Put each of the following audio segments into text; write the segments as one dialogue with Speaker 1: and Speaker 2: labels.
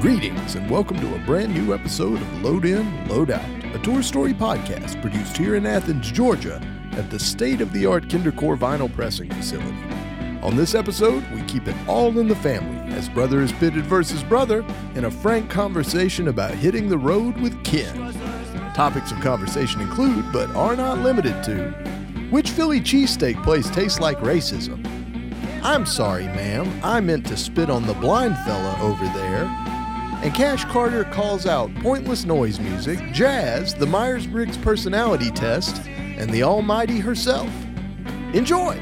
Speaker 1: Greetings and welcome to a brand new episode of Load In, Load Out, a tour story podcast produced here in Athens, Georgia, at the state of the art Kindercore vinyl pressing facility. On this episode, we keep it all in the family as brother is pitted versus brother in a frank conversation about hitting the road with kin. Topics of conversation include, but are not limited to, which Philly cheesesteak place tastes like racism? I'm sorry, ma'am, I meant to spit on the blind fella over there and Cash Carter calls out pointless noise music, jazz, the Myers Briggs personality test, and the Almighty herself. Enjoy!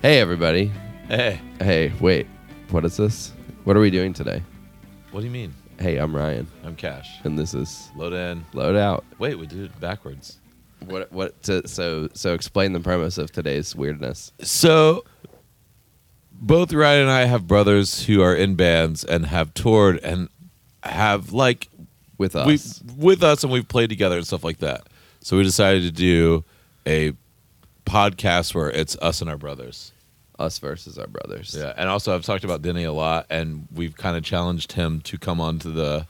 Speaker 2: Hey, everybody.
Speaker 3: Hey,
Speaker 2: Hey, wait. What is this? What are we doing today?
Speaker 3: what do you mean?
Speaker 2: Hey, I'm Ryan,
Speaker 3: I'm Cash.
Speaker 2: and this is
Speaker 3: Load in.
Speaker 2: Load Out.
Speaker 3: Wait, we did it backwards.
Speaker 2: What? What? To, so, so explain the premise of today's weirdness.
Speaker 3: So, both Ryan and I have brothers who are in bands and have toured and have like
Speaker 2: With us,
Speaker 3: we with us and we've played together and stuff like that. So we decided to do a podcast where it's us and our brothers.
Speaker 2: us versus our brothers.
Speaker 3: Yeah, and also I've talked about Denny a lot, and we've kind of challenged him to come onto the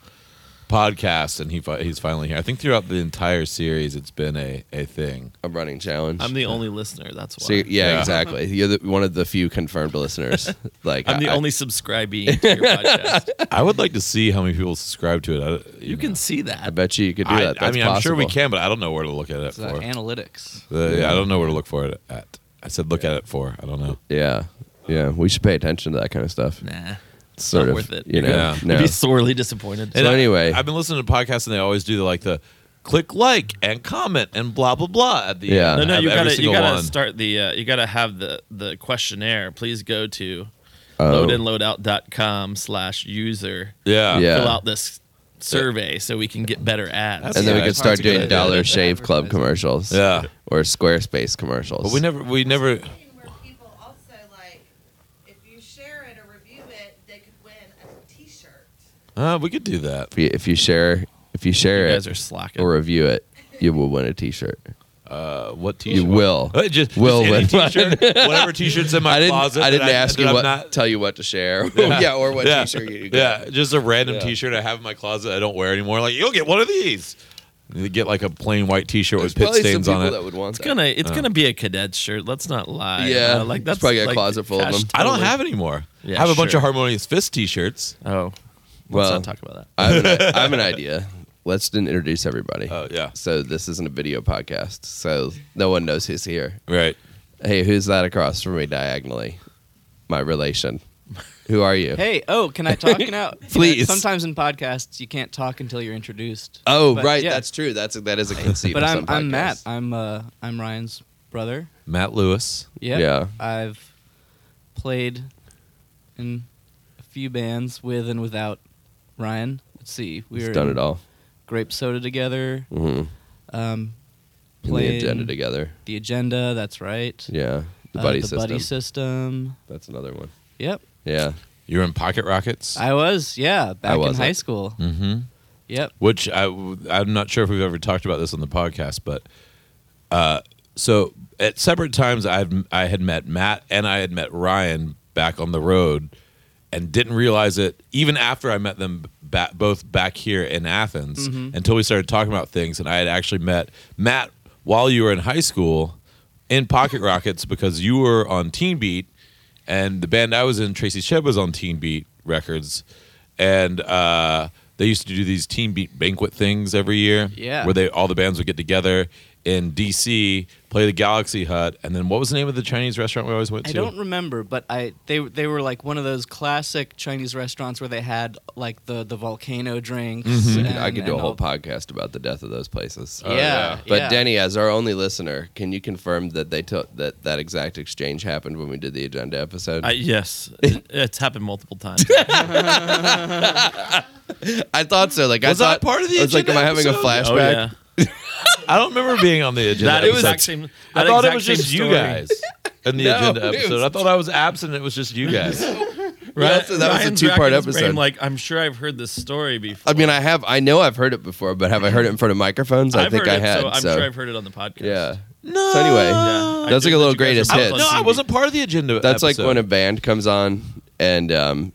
Speaker 3: podcast, and he fi- he's finally here. I think throughout the entire series, it's been a a thing.
Speaker 2: a running challenge.
Speaker 4: I'm the only listener. That's why.
Speaker 2: So, you're- yeah,
Speaker 3: Yeah.
Speaker 2: exactly. You're the, one of the few confirmed listeners. Like,
Speaker 4: I'm the
Speaker 2: I- I-
Speaker 4: only subscribee to your podcast.
Speaker 3: I would like to see how many people subscribe to it. I, don't-
Speaker 4: You can see that.
Speaker 2: I bet you you could do
Speaker 3: I,
Speaker 2: that.
Speaker 3: I
Speaker 2: That's
Speaker 3: mean, I'm sure we
Speaker 2: possible.
Speaker 3: can, but I don't know where to look at it
Speaker 4: It's that
Speaker 3: for.
Speaker 4: analytics.
Speaker 3: The- yeah, I don't know where to look for it at. I said look at it for. I don't know.
Speaker 2: Yeah, yeah. We should pay attention to that kind of stuff.
Speaker 4: Nah.
Speaker 2: It's sort
Speaker 4: not
Speaker 2: of
Speaker 4: worth it.
Speaker 2: You know,
Speaker 3: Yeah.
Speaker 2: no.
Speaker 4: You'd be sorely disappointed.
Speaker 2: So
Speaker 3: And I-
Speaker 2: anyway.
Speaker 3: I've been listening to podcasts, and they always do like the click like and comment and blah blah blah at the
Speaker 2: Yeah.
Speaker 3: end.
Speaker 2: No,
Speaker 4: no, no,
Speaker 3: Have
Speaker 4: you
Speaker 3: every
Speaker 4: gotta you
Speaker 3: single
Speaker 4: gotta
Speaker 3: one.
Speaker 4: start the uh, you gotta have the the questionnaire. Please go to
Speaker 2: Oh.
Speaker 4: loadinloadout.com slash user.
Speaker 3: Yeah,
Speaker 2: Yeah.
Speaker 4: Fill out this survey so we can get better ads.
Speaker 2: and then we
Speaker 3: Yeah,
Speaker 2: could
Speaker 3: it's
Speaker 2: start
Speaker 3: a good
Speaker 2: doing
Speaker 3: idea.
Speaker 2: Dollar Shave Club commercials.
Speaker 3: Yeah.
Speaker 2: Or Squarespace commercials.
Speaker 3: But we never, we never.
Speaker 5: Where people also like, if you share it or review it, they could win a T-shirt.
Speaker 3: Uh, we could do that.
Speaker 2: If you, if you share, if you share
Speaker 4: you
Speaker 2: it
Speaker 4: guys are slacking.
Speaker 2: or review it, you will win a T-shirt.
Speaker 3: Uh, what T-shirt?
Speaker 2: You will.
Speaker 3: Uh, just
Speaker 2: Will
Speaker 3: just
Speaker 2: win.
Speaker 3: any T-shirt, whatever T-shirts in my
Speaker 2: I didn't.
Speaker 3: closet.
Speaker 2: I didn't
Speaker 3: that
Speaker 2: ask
Speaker 3: that
Speaker 2: you
Speaker 3: I'm
Speaker 2: what.
Speaker 3: not-
Speaker 2: tell you what to share.
Speaker 3: Yeah.
Speaker 2: yeah. Or what
Speaker 3: Yeah.
Speaker 2: T-shirt you.
Speaker 3: Yeah, just a random
Speaker 2: Yeah.
Speaker 3: T-shirt I have in my closet I don't wear anymore. Like you'll get one of these. You get like a plain white T-shirt
Speaker 2: There's
Speaker 3: with pit
Speaker 2: probably
Speaker 3: stains
Speaker 2: some
Speaker 3: on
Speaker 2: people
Speaker 3: it.
Speaker 2: that would want
Speaker 4: it's gonna it's gonna be a cadet shirt. Let's not lie.
Speaker 2: uh. Yeah,
Speaker 4: Uh, like
Speaker 2: it's
Speaker 4: that's
Speaker 2: probably got a
Speaker 4: like,
Speaker 2: closet full of
Speaker 4: gosh,
Speaker 2: them.
Speaker 3: I don't
Speaker 4: totally.
Speaker 3: have anymore.
Speaker 4: Yeah,
Speaker 3: I have a bunch
Speaker 4: sure.
Speaker 3: of harmonious fist T-shirts.
Speaker 4: Oh, let's
Speaker 2: Well,
Speaker 4: not talk about that.
Speaker 2: I have, an, I have an idea. Let's didn't introduce everybody.
Speaker 3: Oh yeah,
Speaker 2: So this isn't a video podcast, so no one knows who's here.
Speaker 3: right.
Speaker 2: Hey, who's that across from me diagonally? My relation. Who are you?
Speaker 6: Hey, oh, can I talk now?
Speaker 2: Please.
Speaker 6: Sometimes in podcasts you can't talk until you're introduced.
Speaker 2: Oh,
Speaker 6: But,
Speaker 2: right.
Speaker 6: yeah.
Speaker 2: That's true. That's that is a conceit.
Speaker 6: But
Speaker 2: of
Speaker 6: I'm
Speaker 2: some
Speaker 6: I'm Matt.
Speaker 2: podcasts.
Speaker 6: I'm uh I'm Ryan's brother.
Speaker 3: Matt Lewis.
Speaker 6: Yeah.
Speaker 2: Yeah.
Speaker 6: I've played in a few bands with and without Ryan. Let's see. We
Speaker 2: He's
Speaker 6: were
Speaker 2: done
Speaker 6: in
Speaker 2: it all.
Speaker 6: Grape Soda together.
Speaker 2: Mm-hmm.
Speaker 6: Um
Speaker 2: the
Speaker 6: played
Speaker 2: agenda together.
Speaker 6: The Agenda, that's right.
Speaker 2: Yeah. The
Speaker 6: Uh,
Speaker 2: buddy
Speaker 6: the
Speaker 2: system.
Speaker 6: buddy system.
Speaker 2: That's another one.
Speaker 6: Yep.
Speaker 2: Yeah.
Speaker 3: You were in Pocket Rockets.
Speaker 6: I was, yeah, back in
Speaker 2: wasn't.
Speaker 6: high school.
Speaker 3: mm-hmm.
Speaker 6: Yep.
Speaker 3: Which I I'm not sure if we've ever talked about this on the podcast, but uh, so at separate times I've I had met Matt and I had met Ryan back on the road, and didn't realize it even after I met them back, both back here in Athens until we started talking about things, and I had actually met Matt while you were in high school in Pocket Rockets because you were on Teen Beat, and the band I was in, Tracy Shebb, was on Teen Beat Records, and uh, they used to do these Teen Beat banquet things every year,
Speaker 6: Yeah.
Speaker 3: where they all the bands would get together in DC, play the Galaxy Hut, and then what was the name of the Chinese restaurant we always went
Speaker 6: I
Speaker 3: to?
Speaker 6: don't remember, but I they they were like one of those classic Chinese restaurants where they had like the the volcano drinks. and-
Speaker 2: Mm-hmm. I could do a
Speaker 6: and
Speaker 2: whole
Speaker 6: all-
Speaker 2: podcast about the death of those places.
Speaker 6: Yeah, yeah.
Speaker 2: But Denny, as our only listener, can you confirm that they took that that exact exchange happened when we did the agenda episode? I,
Speaker 4: I, Uh, yes, it- it's happened multiple times.
Speaker 2: thought so. Like
Speaker 3: Was
Speaker 2: I
Speaker 3: I
Speaker 2: thought
Speaker 3: part of the
Speaker 2: I was like, am
Speaker 3: agenda
Speaker 2: I having a flashback?
Speaker 3: episode?
Speaker 4: oh yeah.
Speaker 3: I don't remember being on the agenda.
Speaker 4: that
Speaker 3: episode.
Speaker 4: exact same.
Speaker 3: I
Speaker 4: that
Speaker 3: thought it
Speaker 4: exact
Speaker 3: was
Speaker 4: same
Speaker 3: just you
Speaker 4: story.
Speaker 3: guys in the
Speaker 2: No,
Speaker 3: agenda
Speaker 2: it
Speaker 3: episode.
Speaker 2: was-
Speaker 3: I thought I was absent. It was just you guys.
Speaker 2: Right. So that was a
Speaker 4: Ryan's
Speaker 2: two-part
Speaker 4: racking his brain
Speaker 2: episode.
Speaker 4: Like I'm sure I've heard this story before.
Speaker 2: I mean, I have, I know I've heard it before, but have I heard it in front of microphones? I
Speaker 4: I've
Speaker 2: think
Speaker 4: heard
Speaker 2: I
Speaker 4: it,
Speaker 2: had.
Speaker 4: So I'm
Speaker 2: so-
Speaker 4: sure I've heard it on the podcast.
Speaker 2: yeah. So anyway,
Speaker 4: Yeah, I
Speaker 2: that's
Speaker 4: did
Speaker 2: like a little
Speaker 4: that you guys
Speaker 2: greatest
Speaker 4: are
Speaker 2: hits.
Speaker 4: both on
Speaker 3: No, I
Speaker 4: CB.
Speaker 3: wasn't part of the agenda.
Speaker 2: That's like when
Speaker 3: episode.
Speaker 2: a band comes on and um,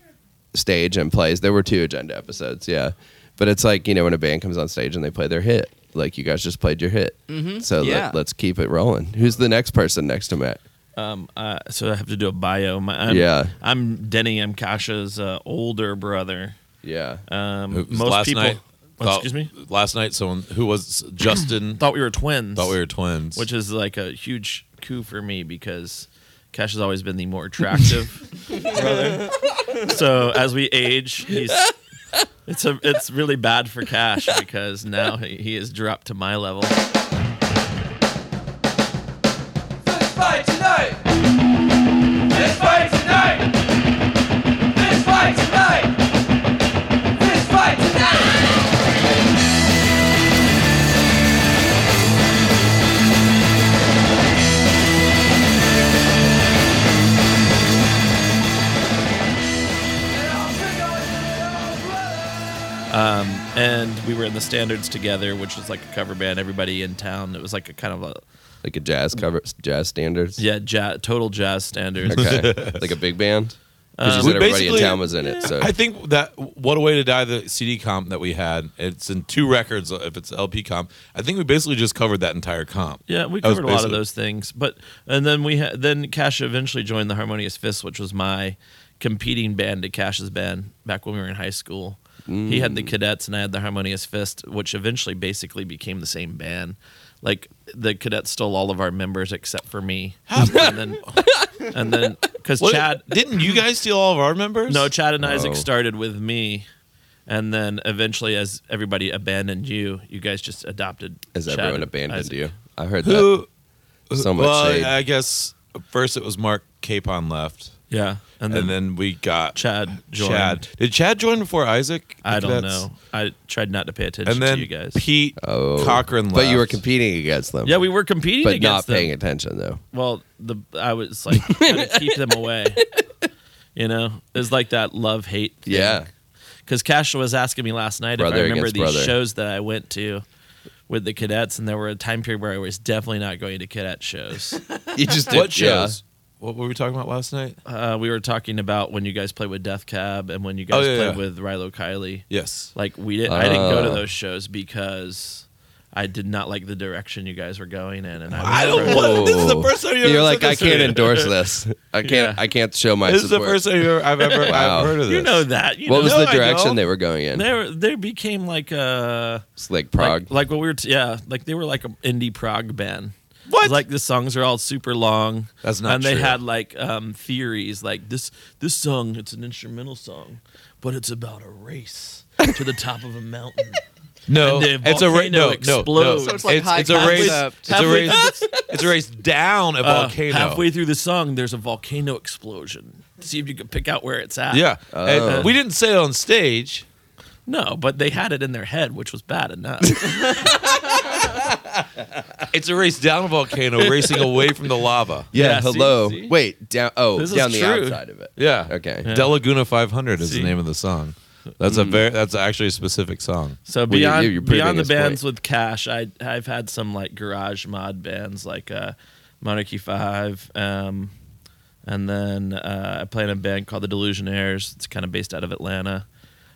Speaker 2: stage and plays. There were two agenda episodes, yeah. But it's like you know when a band comes on stage and they play their hit. Like you guys just played your hit, mm-hmm. so
Speaker 6: Yeah.
Speaker 2: let, us keep it rolling. Who's the next person next to Matt?
Speaker 4: Um, uh, so I have to do a bio. My, I'm,
Speaker 2: Yeah.
Speaker 4: I'm Denny. I'm Kasha's uh, older brother.
Speaker 2: Yeah,
Speaker 4: Um,
Speaker 3: It was
Speaker 4: most
Speaker 3: last
Speaker 4: people.
Speaker 3: night.
Speaker 4: Oh,
Speaker 3: thought-
Speaker 4: excuse me.
Speaker 3: Last night, someone who was Justin
Speaker 4: Thought we were twins.
Speaker 3: thought we were twins.
Speaker 4: which is like a huge coup for me because Cash has always been the more attractive brother. So as we age, he's it's a it's really bad for Cash because now he, he has dropped to my level.
Speaker 7: Let's fight tonight. Let's fight tonight. Let's fight tonight. Let's fight tonight. And I'll drink all your old brother.
Speaker 4: Um, and we were in the Standards together, which was like a cover band. Everybody in town. It was like a kind of a
Speaker 2: like a jazz cover, jazz standards.
Speaker 4: yeah, jazz, total jazz standards.
Speaker 2: okay, like a big band. 'Cause you
Speaker 4: Um,
Speaker 2: said
Speaker 3: we
Speaker 2: everybody in
Speaker 3: basically-
Speaker 2: town was in it. So
Speaker 3: I think that what a way to die the CD comp that we had. It's in two records if it's LP comp. I think we basically just covered that entire comp.
Speaker 4: Yeah, we
Speaker 3: That was
Speaker 4: covered a lot of
Speaker 3: basically-
Speaker 4: those things, but and then we ha- then Cash eventually joined the Harmonious Fist, which was my competing band to Cash's band back when we were in high school. He had the
Speaker 2: Mm.
Speaker 4: Cadets and I had the Harmonious Fist, which eventually basically became the same band. Like the Cadets stole all of our members except for me, and then and then because
Speaker 3: What-
Speaker 4: Chad
Speaker 3: didn't you guys steal all of our members?
Speaker 4: no Chad and Isaac
Speaker 2: Oh.
Speaker 4: started with me. And then eventually, as everybody abandoned you, you guys just adopted.
Speaker 2: as
Speaker 4: Chad
Speaker 2: everyone
Speaker 4: and
Speaker 2: abandoned
Speaker 4: Isaac.
Speaker 2: you, I heard that.
Speaker 3: who?
Speaker 2: So much
Speaker 3: uh, well,
Speaker 2: shade.
Speaker 3: I guess first it was Mark Capon left,
Speaker 4: Yeah,
Speaker 3: and then, we got
Speaker 4: Chad joined.
Speaker 3: Chad. Did Chad join before Isaac?
Speaker 4: I don't
Speaker 3: That's-
Speaker 4: know. I tried not to pay attention
Speaker 3: And then
Speaker 4: to you guys.
Speaker 3: Pete
Speaker 2: Oh,
Speaker 3: Cochran left.
Speaker 2: But you were competing against them.
Speaker 4: yeah, we were competing
Speaker 2: but not
Speaker 4: against
Speaker 2: paying
Speaker 4: them.
Speaker 2: attention though.
Speaker 4: Well, the I was like trying to keep them away. You know, it was like that love hate. Thing.
Speaker 2: Yeah.
Speaker 4: because Cash was asking me last night
Speaker 2: Brother
Speaker 4: if I remember
Speaker 2: against
Speaker 4: these
Speaker 2: brother.
Speaker 4: shows that I went to with the cadets, and there were a time period where I was definitely not going to cadet shows.
Speaker 2: You just did,
Speaker 3: what
Speaker 2: yeah.
Speaker 3: shows? What were we talking about last night?
Speaker 4: uh, we were talking about when you guys played with Death Cab and when you guys
Speaker 3: Oh, yeah,
Speaker 4: played
Speaker 3: yeah.
Speaker 4: with Rilo Kiley.
Speaker 3: Yes.
Speaker 4: Like we didn't, I didn't go to
Speaker 2: Oh.
Speaker 4: those shows because I did not like the direction you guys were going in, and I,
Speaker 3: I don't. What, this is the first time you
Speaker 2: You're
Speaker 3: ever
Speaker 2: like,
Speaker 3: said
Speaker 2: I
Speaker 3: this to
Speaker 2: can't
Speaker 3: me.
Speaker 2: endorse this. I can't.
Speaker 4: Yeah.
Speaker 2: I can't show my
Speaker 3: This is the
Speaker 2: support.
Speaker 3: first time you ever, I've ever
Speaker 2: Wow.
Speaker 3: I've heard of this.
Speaker 4: you know that. You
Speaker 2: what
Speaker 4: know,
Speaker 2: was
Speaker 3: No,
Speaker 2: the
Speaker 3: I
Speaker 2: direction
Speaker 3: don't.
Speaker 2: they were going in?
Speaker 4: they were, they became like a
Speaker 2: It's like Prague.
Speaker 4: like, like what we were t- yeah like they were like an indie prog band.
Speaker 3: What?
Speaker 4: Like the songs are all super long.
Speaker 3: That's not
Speaker 4: And they
Speaker 3: true.
Speaker 4: had like um, theories like this this song it's an instrumental song, but it's about a race to the top of a mountain.
Speaker 3: No,
Speaker 4: and the
Speaker 3: it's a ra-
Speaker 4: volcano
Speaker 3: no, no, no.
Speaker 4: explodes. So
Speaker 6: it's like high
Speaker 3: it's a race.
Speaker 6: concept.
Speaker 3: It's a race. it's a race down a
Speaker 4: Uh,
Speaker 3: volcano.
Speaker 4: halfway through the song, there's a volcano explosion. See if you can pick out where it's at.
Speaker 3: Yeah, and we didn't say it on stage.
Speaker 4: No, but they had it in their head, which was bad enough.
Speaker 3: It's a race down a volcano, racing away from the lava.
Speaker 2: yeah.
Speaker 4: yeah, see,
Speaker 2: hello.
Speaker 4: see?
Speaker 2: Wait. Down. Oh,
Speaker 4: This is
Speaker 2: down the
Speaker 4: true.
Speaker 2: outside of it.
Speaker 3: Yeah.
Speaker 2: Okay.
Speaker 3: Yeah. De Laguna 500 is
Speaker 4: See?
Speaker 3: the name of the song. That's a very. That's actually a specific song.
Speaker 4: So
Speaker 2: Well, you-
Speaker 4: beyond
Speaker 2: you're proving
Speaker 4: beyond the
Speaker 2: his point.
Speaker 4: bands with cash, I I've had some like garage mod bands like uh, Monarchy Five, um, and then uh, I play in a band called the Delusionaires. It's kind of based out of Atlanta.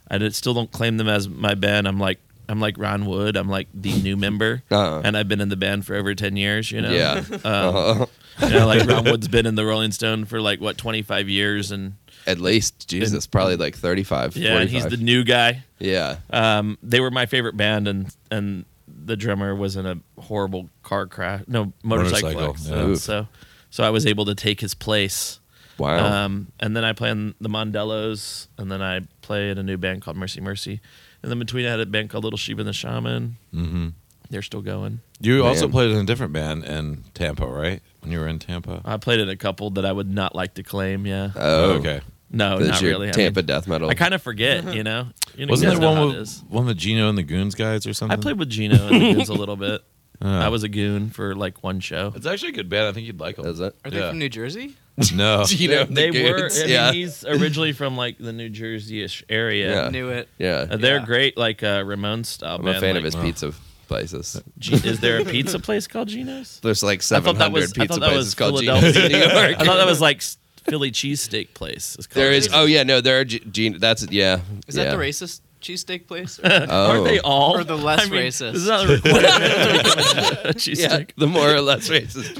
Speaker 4: I did, still don't claim them as my band. I'm like I'm like Ron Wood. I'm like the new member,
Speaker 2: Uh-uh.
Speaker 4: and I've been in the band for over ten years. You know,
Speaker 2: Yeah.
Speaker 4: Um,
Speaker 2: Uh-huh.
Speaker 4: you know, like Ron Wood's been in the Rolling Stone for like what twenty five years, and
Speaker 2: At least Jesus, probably like 35.
Speaker 4: yeah, and he's the
Speaker 2: 45.
Speaker 4: new guy.
Speaker 2: Yeah.
Speaker 4: Um, they were my favorite band, and and the drummer was in a horrible car crash, no motorcycle,
Speaker 3: Motorcycle,
Speaker 4: accident.
Speaker 3: yeah.
Speaker 4: So, so I was able to take his place.
Speaker 2: Wow.
Speaker 4: Um, and then I play in the Mondellos, and then I play in a new band called Mercy Mercy, and then between I had a band called Little Sheep and the Shaman. Mm-hmm. They're still going.
Speaker 3: You also
Speaker 2: Man.
Speaker 3: played in a different band in Tampa, right? When you were in Tampa.
Speaker 4: I played in a couple that I would not like to claim. Yeah,
Speaker 3: Uh,
Speaker 2: oh.
Speaker 3: okay.
Speaker 4: no,
Speaker 2: This
Speaker 4: not
Speaker 2: your
Speaker 4: really. I mean,
Speaker 2: Tampa death metal.
Speaker 4: I, kind of forget, you know. You know,
Speaker 3: Wasn't there
Speaker 4: you guys know how
Speaker 3: one
Speaker 4: it is.
Speaker 3: with one with Gino and the Goons guys or something?
Speaker 4: I played with Gino and the Goons a little bit.
Speaker 3: Uh,
Speaker 4: I was a goon for like one show.
Speaker 3: It's actually a good band. I think you'd like them.
Speaker 2: Is it?
Speaker 6: Are they
Speaker 3: Yeah.
Speaker 6: from New Jersey?
Speaker 3: No.
Speaker 2: you know, the
Speaker 4: they were.
Speaker 2: dudes.
Speaker 4: I mean,
Speaker 2: yeah.
Speaker 4: he's originally from like the New Jersey-ish area.
Speaker 2: Yeah.
Speaker 6: Knew it.
Speaker 2: yeah.
Speaker 4: Uh, they're
Speaker 6: Yeah.
Speaker 4: great, like uh, Ramon style.
Speaker 2: I'm
Speaker 4: band,
Speaker 2: a fan of
Speaker 4: like,
Speaker 2: his pizza places.
Speaker 4: G- is there a pizza place called Gino's?
Speaker 2: There's like
Speaker 4: I
Speaker 2: 700
Speaker 4: thought that was. I
Speaker 2: pizza
Speaker 4: thought that
Speaker 2: places
Speaker 4: was
Speaker 2: called Gino's in New
Speaker 4: Philadelphia. I
Speaker 2: York.
Speaker 4: thought that was like s- Philly cheesesteak place. It's called
Speaker 2: There is.
Speaker 4: Gino's.
Speaker 2: Oh yeah, no, there are G- Gino. That's yeah.
Speaker 6: Is that
Speaker 2: yeah.
Speaker 6: the racist cheesesteak place?
Speaker 2: Oh.
Speaker 4: Aren't they all?
Speaker 6: Or the less racist.
Speaker 4: Is that a requirement to become a
Speaker 2: Yeah,
Speaker 4: cheesesteak?
Speaker 2: the more or less racist.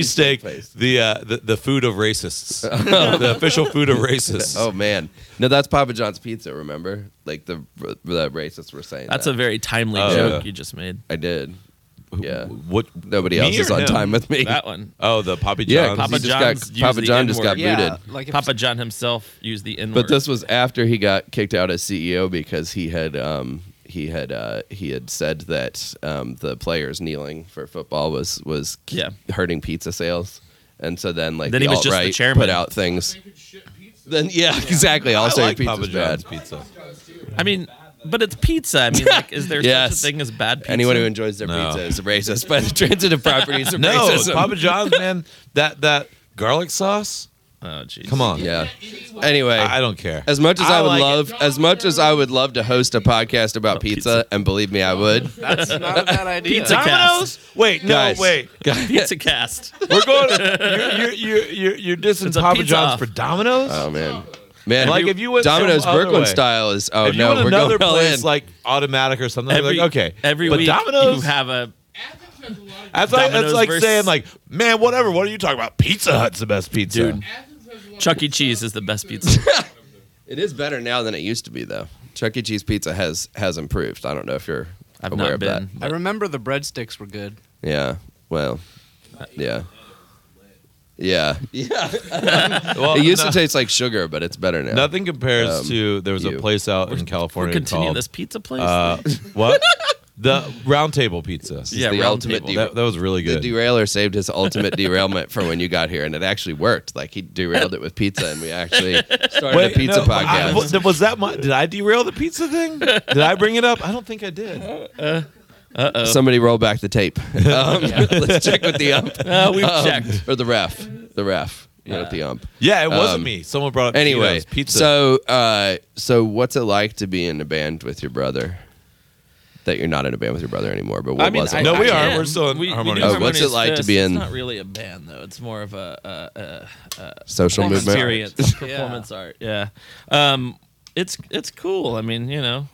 Speaker 3: Cheesesteak, the, uh, the the food of racists, the official food of racists.
Speaker 2: Oh man, no, that's Papa John's pizza. Remember, like the the racists were saying.
Speaker 4: That's
Speaker 2: that.
Speaker 4: a very timely
Speaker 3: Oh,
Speaker 4: joke
Speaker 3: yeah.
Speaker 4: you just made.
Speaker 2: I did. Yeah.
Speaker 3: What?
Speaker 2: Nobody
Speaker 3: Me
Speaker 2: else is
Speaker 3: or
Speaker 2: on
Speaker 3: him?
Speaker 2: time with me.
Speaker 4: That one.
Speaker 3: Oh, the Papa
Speaker 2: Yeah,
Speaker 3: John's.
Speaker 4: Papa
Speaker 2: he just got-
Speaker 4: John's used
Speaker 2: Papa
Speaker 4: the
Speaker 2: John just got
Speaker 4: N-word.
Speaker 6: yeah,
Speaker 2: booted.
Speaker 6: like if
Speaker 4: Papa John himself used the N word.
Speaker 2: But this was after he got kicked out as CEO because he had um, he had uh, he had said that um, the players kneeling for football was was k-
Speaker 4: Yeah.
Speaker 2: hurting pizza sales, and so then like
Speaker 4: Then
Speaker 2: the
Speaker 4: he was just the
Speaker 2: alt-right
Speaker 4: chairman.
Speaker 2: put out things. Then yeah, exactly. I'll
Speaker 3: I
Speaker 2: say
Speaker 3: like
Speaker 2: pizza's
Speaker 3: Papa John's
Speaker 2: bad.
Speaker 3: pizza.
Speaker 4: I mean, but it's pizza. I mean, like, is there
Speaker 2: Yes.
Speaker 4: such a thing as bad pizza?
Speaker 2: Anyone who enjoys their
Speaker 3: No.
Speaker 2: pizza is a racist, but the transitive properties of
Speaker 3: No,
Speaker 2: racism.
Speaker 3: Papa John's, man. That that garlic sauce.
Speaker 4: oh, jeez.
Speaker 3: Come on.
Speaker 2: yeah. Anyway,
Speaker 3: I, I don't care.
Speaker 2: As much as
Speaker 3: I
Speaker 2: I, would
Speaker 3: like it.
Speaker 2: love, as much as I would love to host a podcast about pizza, and believe me, I would.
Speaker 6: that's not a bad idea.
Speaker 4: Pizza cast.
Speaker 3: Wait, no,
Speaker 2: Guys.
Speaker 3: wait.
Speaker 4: Pizza cast.
Speaker 3: We're going. You're you're you're, you're dissing
Speaker 4: a
Speaker 3: Papa
Speaker 4: pizza
Speaker 3: John's
Speaker 4: off.
Speaker 3: for Domino's.
Speaker 2: Oh man, man!
Speaker 3: Like, if you went
Speaker 2: Domino's
Speaker 3: some other
Speaker 2: Brooklyn
Speaker 3: way.
Speaker 2: style is oh
Speaker 3: if you
Speaker 2: no,
Speaker 3: want
Speaker 2: we're
Speaker 3: another
Speaker 2: going all
Speaker 3: place
Speaker 2: in.
Speaker 3: like automatic or something,
Speaker 4: Every-
Speaker 3: like okay,
Speaker 4: Every
Speaker 3: but
Speaker 4: week
Speaker 3: Domino's,
Speaker 4: you have a.
Speaker 3: that's like, that's
Speaker 4: Domino's
Speaker 3: like
Speaker 4: versus-
Speaker 3: saying like, man, whatever. What are you talking about? Pizza Hut's the best pizza,
Speaker 4: Dude. Chuck E. Cheese is the best pizza.
Speaker 2: it is better now than it used to be though. Chuck E. Cheese pizza has has improved. I don't know if you're
Speaker 4: I've
Speaker 2: aware
Speaker 4: not
Speaker 2: of
Speaker 4: been.
Speaker 6: I remember the breadsticks were good.
Speaker 2: that. Yeah. Well. Yeah. Yeah. Yeah.
Speaker 3: Well,
Speaker 2: It used
Speaker 3: no-
Speaker 2: to taste like sugar, but it's better now.
Speaker 3: nothing compares
Speaker 2: Um,
Speaker 3: to there was
Speaker 2: you.
Speaker 3: a place out in
Speaker 4: We're
Speaker 3: California
Speaker 4: continuing
Speaker 3: called
Speaker 4: this pizza place.
Speaker 3: uh, what the Round Table Pizza.
Speaker 4: yeah,
Speaker 2: the
Speaker 4: round
Speaker 2: ultimate
Speaker 4: table.
Speaker 2: de-
Speaker 3: that, that was really
Speaker 2: The
Speaker 3: good.
Speaker 2: derailer saved his ultimate derailment for when you got here, and it actually worked. Like he derailed it with pizza, and we actually started a
Speaker 3: Wait,
Speaker 2: pizza
Speaker 3: no, I-
Speaker 2: podcast.
Speaker 3: wa- was that my? Did I derail the pizza thing? Did I bring it up? I don't think I did.
Speaker 2: Somebody roll back the tape. Um, Let's check with the ump
Speaker 4: Uh, we've
Speaker 2: Um,
Speaker 4: checked.
Speaker 2: or the ref, the ref, not the ump.
Speaker 3: Yeah, it wasn't
Speaker 2: Um,
Speaker 3: me. Someone brought up
Speaker 2: Anyway,
Speaker 3: Tito's pizza.
Speaker 2: So, uh, so what's it like to be in a band with your brother? That you're not in a band with your brother anymore, but what
Speaker 4: I mean,
Speaker 2: was it?
Speaker 4: I,
Speaker 3: No,
Speaker 2: like?
Speaker 3: we
Speaker 4: I
Speaker 3: are.
Speaker 4: am.
Speaker 3: We're still in
Speaker 4: we, we do
Speaker 3: Harmonious
Speaker 2: Oh, what's
Speaker 4: Harmonious
Speaker 2: it like to
Speaker 4: Fist.
Speaker 2: be in-
Speaker 4: It's not really a band though. It's more of a, a, a
Speaker 2: social movement.
Speaker 4: experience, performance art. Yeah, um, it's it's cool. I mean, you know,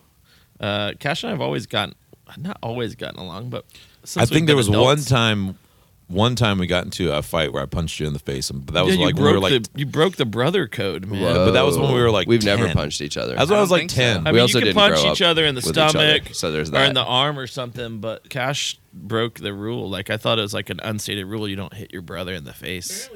Speaker 4: uh, Cash and I have always gotten not always gotten along, but
Speaker 3: I
Speaker 4: since we've
Speaker 3: think there
Speaker 4: been
Speaker 3: was one
Speaker 4: adults-
Speaker 3: time, one time we got into a fight where I punched you in the face, and but that was
Speaker 4: Yeah,
Speaker 3: like
Speaker 4: you
Speaker 3: when we
Speaker 4: broke
Speaker 3: were like.
Speaker 4: the you broke the brother code, man.
Speaker 3: Yeah, but that was when we were, like,
Speaker 2: we've never
Speaker 3: 10.
Speaker 2: punched each other.
Speaker 3: that's when I was
Speaker 6: don't
Speaker 3: like
Speaker 6: think so.
Speaker 3: ten.
Speaker 4: I
Speaker 2: We
Speaker 4: mean,
Speaker 2: also
Speaker 4: you could
Speaker 2: didn't
Speaker 4: punch
Speaker 2: grow up
Speaker 4: each other in the
Speaker 2: with each other,
Speaker 4: stomach,
Speaker 2: so there's
Speaker 4: or
Speaker 2: that.
Speaker 4: in the arm or something. But Cash broke the rule. Like I thought it was like an unstated rule: you don't hit your brother in the face.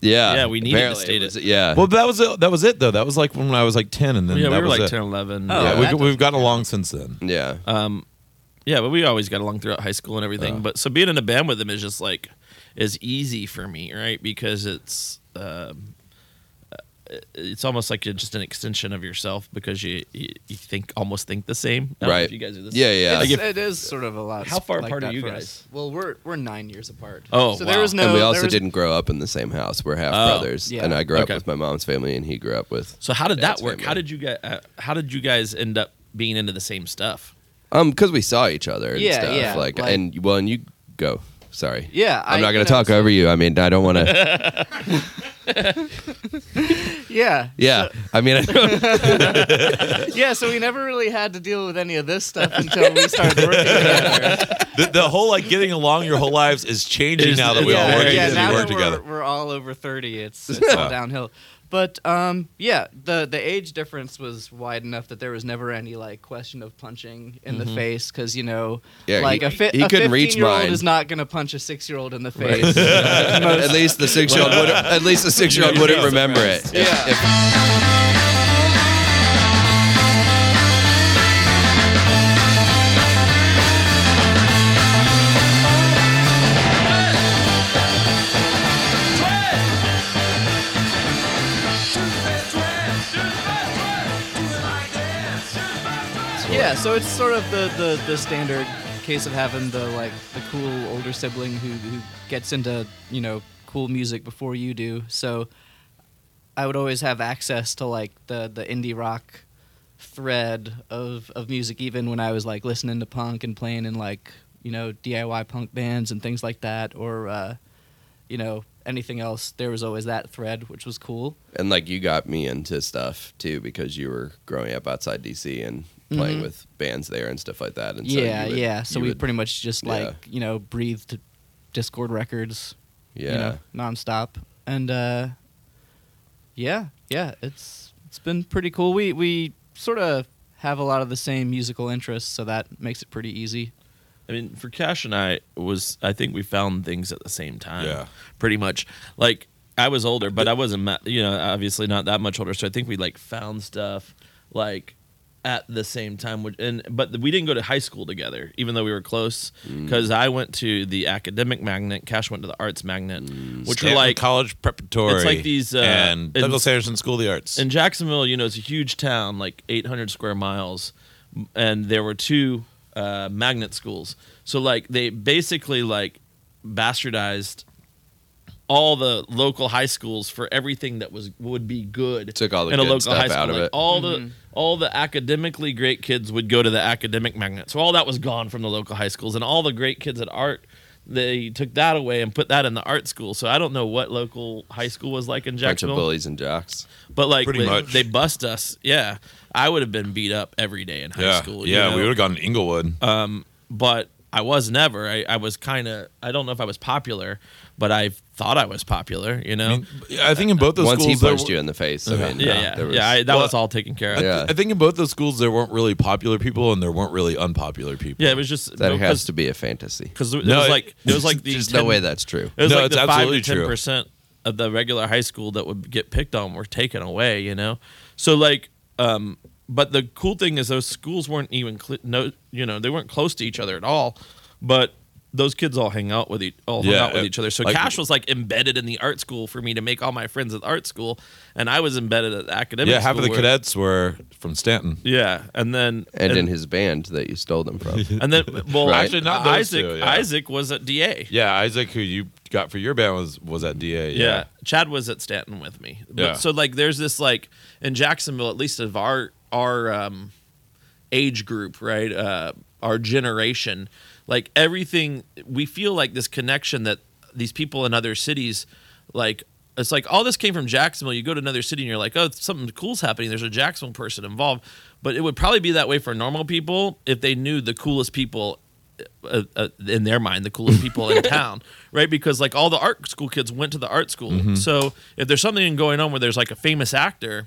Speaker 2: yeah,
Speaker 4: Yeah, we needed to
Speaker 2: apparently
Speaker 4: state it.
Speaker 2: was- Yeah,
Speaker 3: Well, that was it. That was it though. That was like when I was like ten, and then
Speaker 4: yeah,
Speaker 3: that
Speaker 4: we were
Speaker 3: was
Speaker 4: like
Speaker 3: it.
Speaker 4: 10, 11.
Speaker 6: Oh,
Speaker 3: Yeah,
Speaker 6: that
Speaker 3: we,
Speaker 6: doesn't
Speaker 3: we've gotten along since then.
Speaker 2: yeah.
Speaker 4: Um, yeah, but we always got along throughout high school and everything. But so being in a band with him is just like is easy for me, right? Because it's um, uh, it's almost like you're just an extension of yourself because you you, you think almost think the same. I don't know
Speaker 2: Right.
Speaker 4: if you guys are the
Speaker 2: yeah,
Speaker 4: same.
Speaker 2: yeah.
Speaker 6: It's,
Speaker 4: Like if-
Speaker 6: it is sort of a lot.
Speaker 4: How far
Speaker 6: like
Speaker 4: apart are
Speaker 6: that
Speaker 4: you
Speaker 6: for
Speaker 4: guys?
Speaker 6: us. Well, we're we're nine years apart.
Speaker 4: Oh,
Speaker 6: so
Speaker 4: wow.
Speaker 6: there was no.
Speaker 2: and we
Speaker 6: there
Speaker 2: also
Speaker 6: was-
Speaker 2: didn't grow up in the same house. We're half
Speaker 4: Oh,
Speaker 2: brothers,
Speaker 6: yeah.
Speaker 2: and I grew
Speaker 4: Okay.
Speaker 2: up with my mom's family, and he grew up with.
Speaker 4: So how did
Speaker 2: Yeah,
Speaker 4: that
Speaker 2: it's
Speaker 4: work?
Speaker 2: family.
Speaker 4: How did you guys uh, how did you guys end up being into the same stuff?
Speaker 2: Um, because we saw each other and
Speaker 6: Yeah,
Speaker 2: stuff.
Speaker 6: yeah,
Speaker 2: like,
Speaker 6: like-
Speaker 2: and well, and you go. Sorry.
Speaker 6: Yeah,
Speaker 2: I'm
Speaker 6: I-
Speaker 2: not
Speaker 6: you
Speaker 2: gonna
Speaker 6: know,
Speaker 2: talk
Speaker 6: so-
Speaker 2: over you. I mean, I don't want to.
Speaker 6: Yeah,
Speaker 2: Yeah, I mean, I don't,
Speaker 6: yeah. So we never really had to deal with any of this stuff until we started working together.
Speaker 3: The, the whole like getting along your whole lives is changing
Speaker 4: Is-
Speaker 3: now that we
Speaker 4: yeah,
Speaker 3: all work,
Speaker 4: yeah,
Speaker 3: we
Speaker 4: now
Speaker 3: work
Speaker 6: that we're,
Speaker 3: together.
Speaker 6: We're all over thirty. It's, it's all downhill. But um, yeah, the the age difference was wide enough that there was never any like question of punching in
Speaker 3: Mm-hmm.
Speaker 6: the face because you know,
Speaker 2: Yeah,
Speaker 6: like
Speaker 2: he-
Speaker 6: a, fi-
Speaker 2: he
Speaker 6: a
Speaker 2: couldn't reach
Speaker 6: fifteen-year-old
Speaker 2: mine.
Speaker 6: is not going to punch a six-year-old in the
Speaker 2: Right.
Speaker 6: face.
Speaker 2: at least the six year old would. At least the six year old
Speaker 4: You're
Speaker 2: wouldn't
Speaker 4: so
Speaker 2: remember it. If-
Speaker 6: Yeah.
Speaker 2: if-
Speaker 6: Yeah, so it's sort of the, the, the standard case of having the like the cool older sibling who who gets into you know cool music before you do. So I would always have access to like the the indie rock thread of of music even when I was like listening to punk and playing in like, you know, DIY punk bands and things like that or uh you know, anything else. There was always that thread which was cool.
Speaker 2: and like you got me into stuff too because you were growing up outside DC and playing
Speaker 6: Mhm.
Speaker 2: with bands there and stuff like that. And so
Speaker 6: yeah,
Speaker 2: you would-
Speaker 6: yeah. So
Speaker 2: you
Speaker 6: we
Speaker 2: would-
Speaker 6: pretty much just
Speaker 2: yeah.
Speaker 6: like, you know, breathed Discord records
Speaker 2: yeah.
Speaker 6: you know, nonstop. And uh, yeah, yeah, it's it's been pretty cool. We we sort of have a lot of the same musical interests, so that makes it pretty easy.
Speaker 4: I mean, for Cash and I it was I think we found things at the same time.
Speaker 3: Yeah.
Speaker 4: Pretty much. Like I was older, but I wasn't ma- you know, obviously not that much older, so I think we like found stuff like at the same time which and but we didn't go to high school together even though we were close
Speaker 3: Mm.
Speaker 4: cuz I went to the academic magnet, Cash went to the arts magnet, which
Speaker 3: Mm. Stanford
Speaker 4: were like
Speaker 3: college preparatory.
Speaker 4: It's like these, uh,
Speaker 3: and
Speaker 4: in-
Speaker 3: Douglas Anderson School of the Arts.
Speaker 4: in Jacksonville, you know, it's a huge town, like 800 square miles, m- and there were two uh, magnet schools. So like they basically like bastardized all the local high schools for everything that was would be good
Speaker 2: Took all the
Speaker 4: in a
Speaker 2: good
Speaker 4: local
Speaker 2: stuff
Speaker 4: high school.
Speaker 2: out of
Speaker 4: Like,
Speaker 2: it.
Speaker 4: All the all the academically great kids would go to the academic magnet. So all that was gone from the local high schools, and all the great kids at art. They took that away and put that in the art school. So I don't know what local high school was like in
Speaker 2: Bunch of
Speaker 4: Jacksonville.
Speaker 2: bullies and jocks.
Speaker 4: But like
Speaker 3: Pretty
Speaker 4: they,
Speaker 3: much.
Speaker 4: they bust us. Yeah. I would have been beat up every day in high
Speaker 3: yeah,
Speaker 4: school. you
Speaker 3: yeah,
Speaker 4: know?
Speaker 3: we would have gone to Inglewood.
Speaker 4: but I was never. I, I was kind of. I don't know if I was popular, but I thought I was popular. You know.
Speaker 3: I think in both those
Speaker 2: Once he
Speaker 3: schools, there
Speaker 2: punched
Speaker 3: were-
Speaker 2: you in the face.
Speaker 6: Uh-huh.
Speaker 2: I mean,
Speaker 4: yeah, yeah,
Speaker 2: there was-
Speaker 4: yeah. I, that
Speaker 3: Well,
Speaker 4: was all taken care of.
Speaker 2: Yeah.
Speaker 4: Yeah,
Speaker 3: I think in both those schools there weren't really popular people and there weren't really unpopular people.
Speaker 4: it was just
Speaker 2: that has
Speaker 4: because
Speaker 2: to be a fantasy.
Speaker 4: because it
Speaker 3: No,
Speaker 4: was
Speaker 3: it-
Speaker 4: like it was like the
Speaker 2: There's
Speaker 4: 10
Speaker 2: no way that's true.
Speaker 4: It was
Speaker 3: No,
Speaker 4: like
Speaker 3: it's
Speaker 4: the five to
Speaker 3: absolutely true.
Speaker 4: ten percent of the regular high school that would get picked on were taken away. You know, so like, um, but the cool thing is those schools weren't even cl- no, you know, they weren't close to each other at all, but. Those kids all hang out with each all hung
Speaker 3: Yeah,
Speaker 4: out with
Speaker 3: it-
Speaker 4: each other. So
Speaker 3: like-
Speaker 4: Cash was like embedded in the art school for me to make all my friends at the art school, and I was embedded at the academic.
Speaker 3: yeah, half
Speaker 4: school
Speaker 3: of the
Speaker 4: where-
Speaker 3: cadets were from Stanton.
Speaker 4: Yeah, and then
Speaker 2: And in his band that you stole them from.
Speaker 4: and then well,
Speaker 2: Right.
Speaker 4: actually
Speaker 3: Actually,
Speaker 4: not
Speaker 3: not those
Speaker 4: Isaac.
Speaker 3: two, yeah.
Speaker 4: Isaac was at DA.
Speaker 3: Yeah, Isaac, who you got for your band was was at DA.
Speaker 4: Yeah. Chad was at Stanton with me. But,
Speaker 3: Yeah.
Speaker 4: So like, there's this like in Jacksonville, at least of our our um, age group, right? Uh, our generation, like everything, we feel like this connection that these people in other cities, like. It's like all this came from Jacksonville. You go to another city and you're like, oh, something cool's happening. There's a Jacksonville person involved. But it would probably be that way for normal people if they knew the coolest people uh, uh, in their mind the coolest people in town, right? Because like all the art school kids went to the art school.
Speaker 2: Mm-hmm.
Speaker 4: So if there's something going on where there's like a famous actor,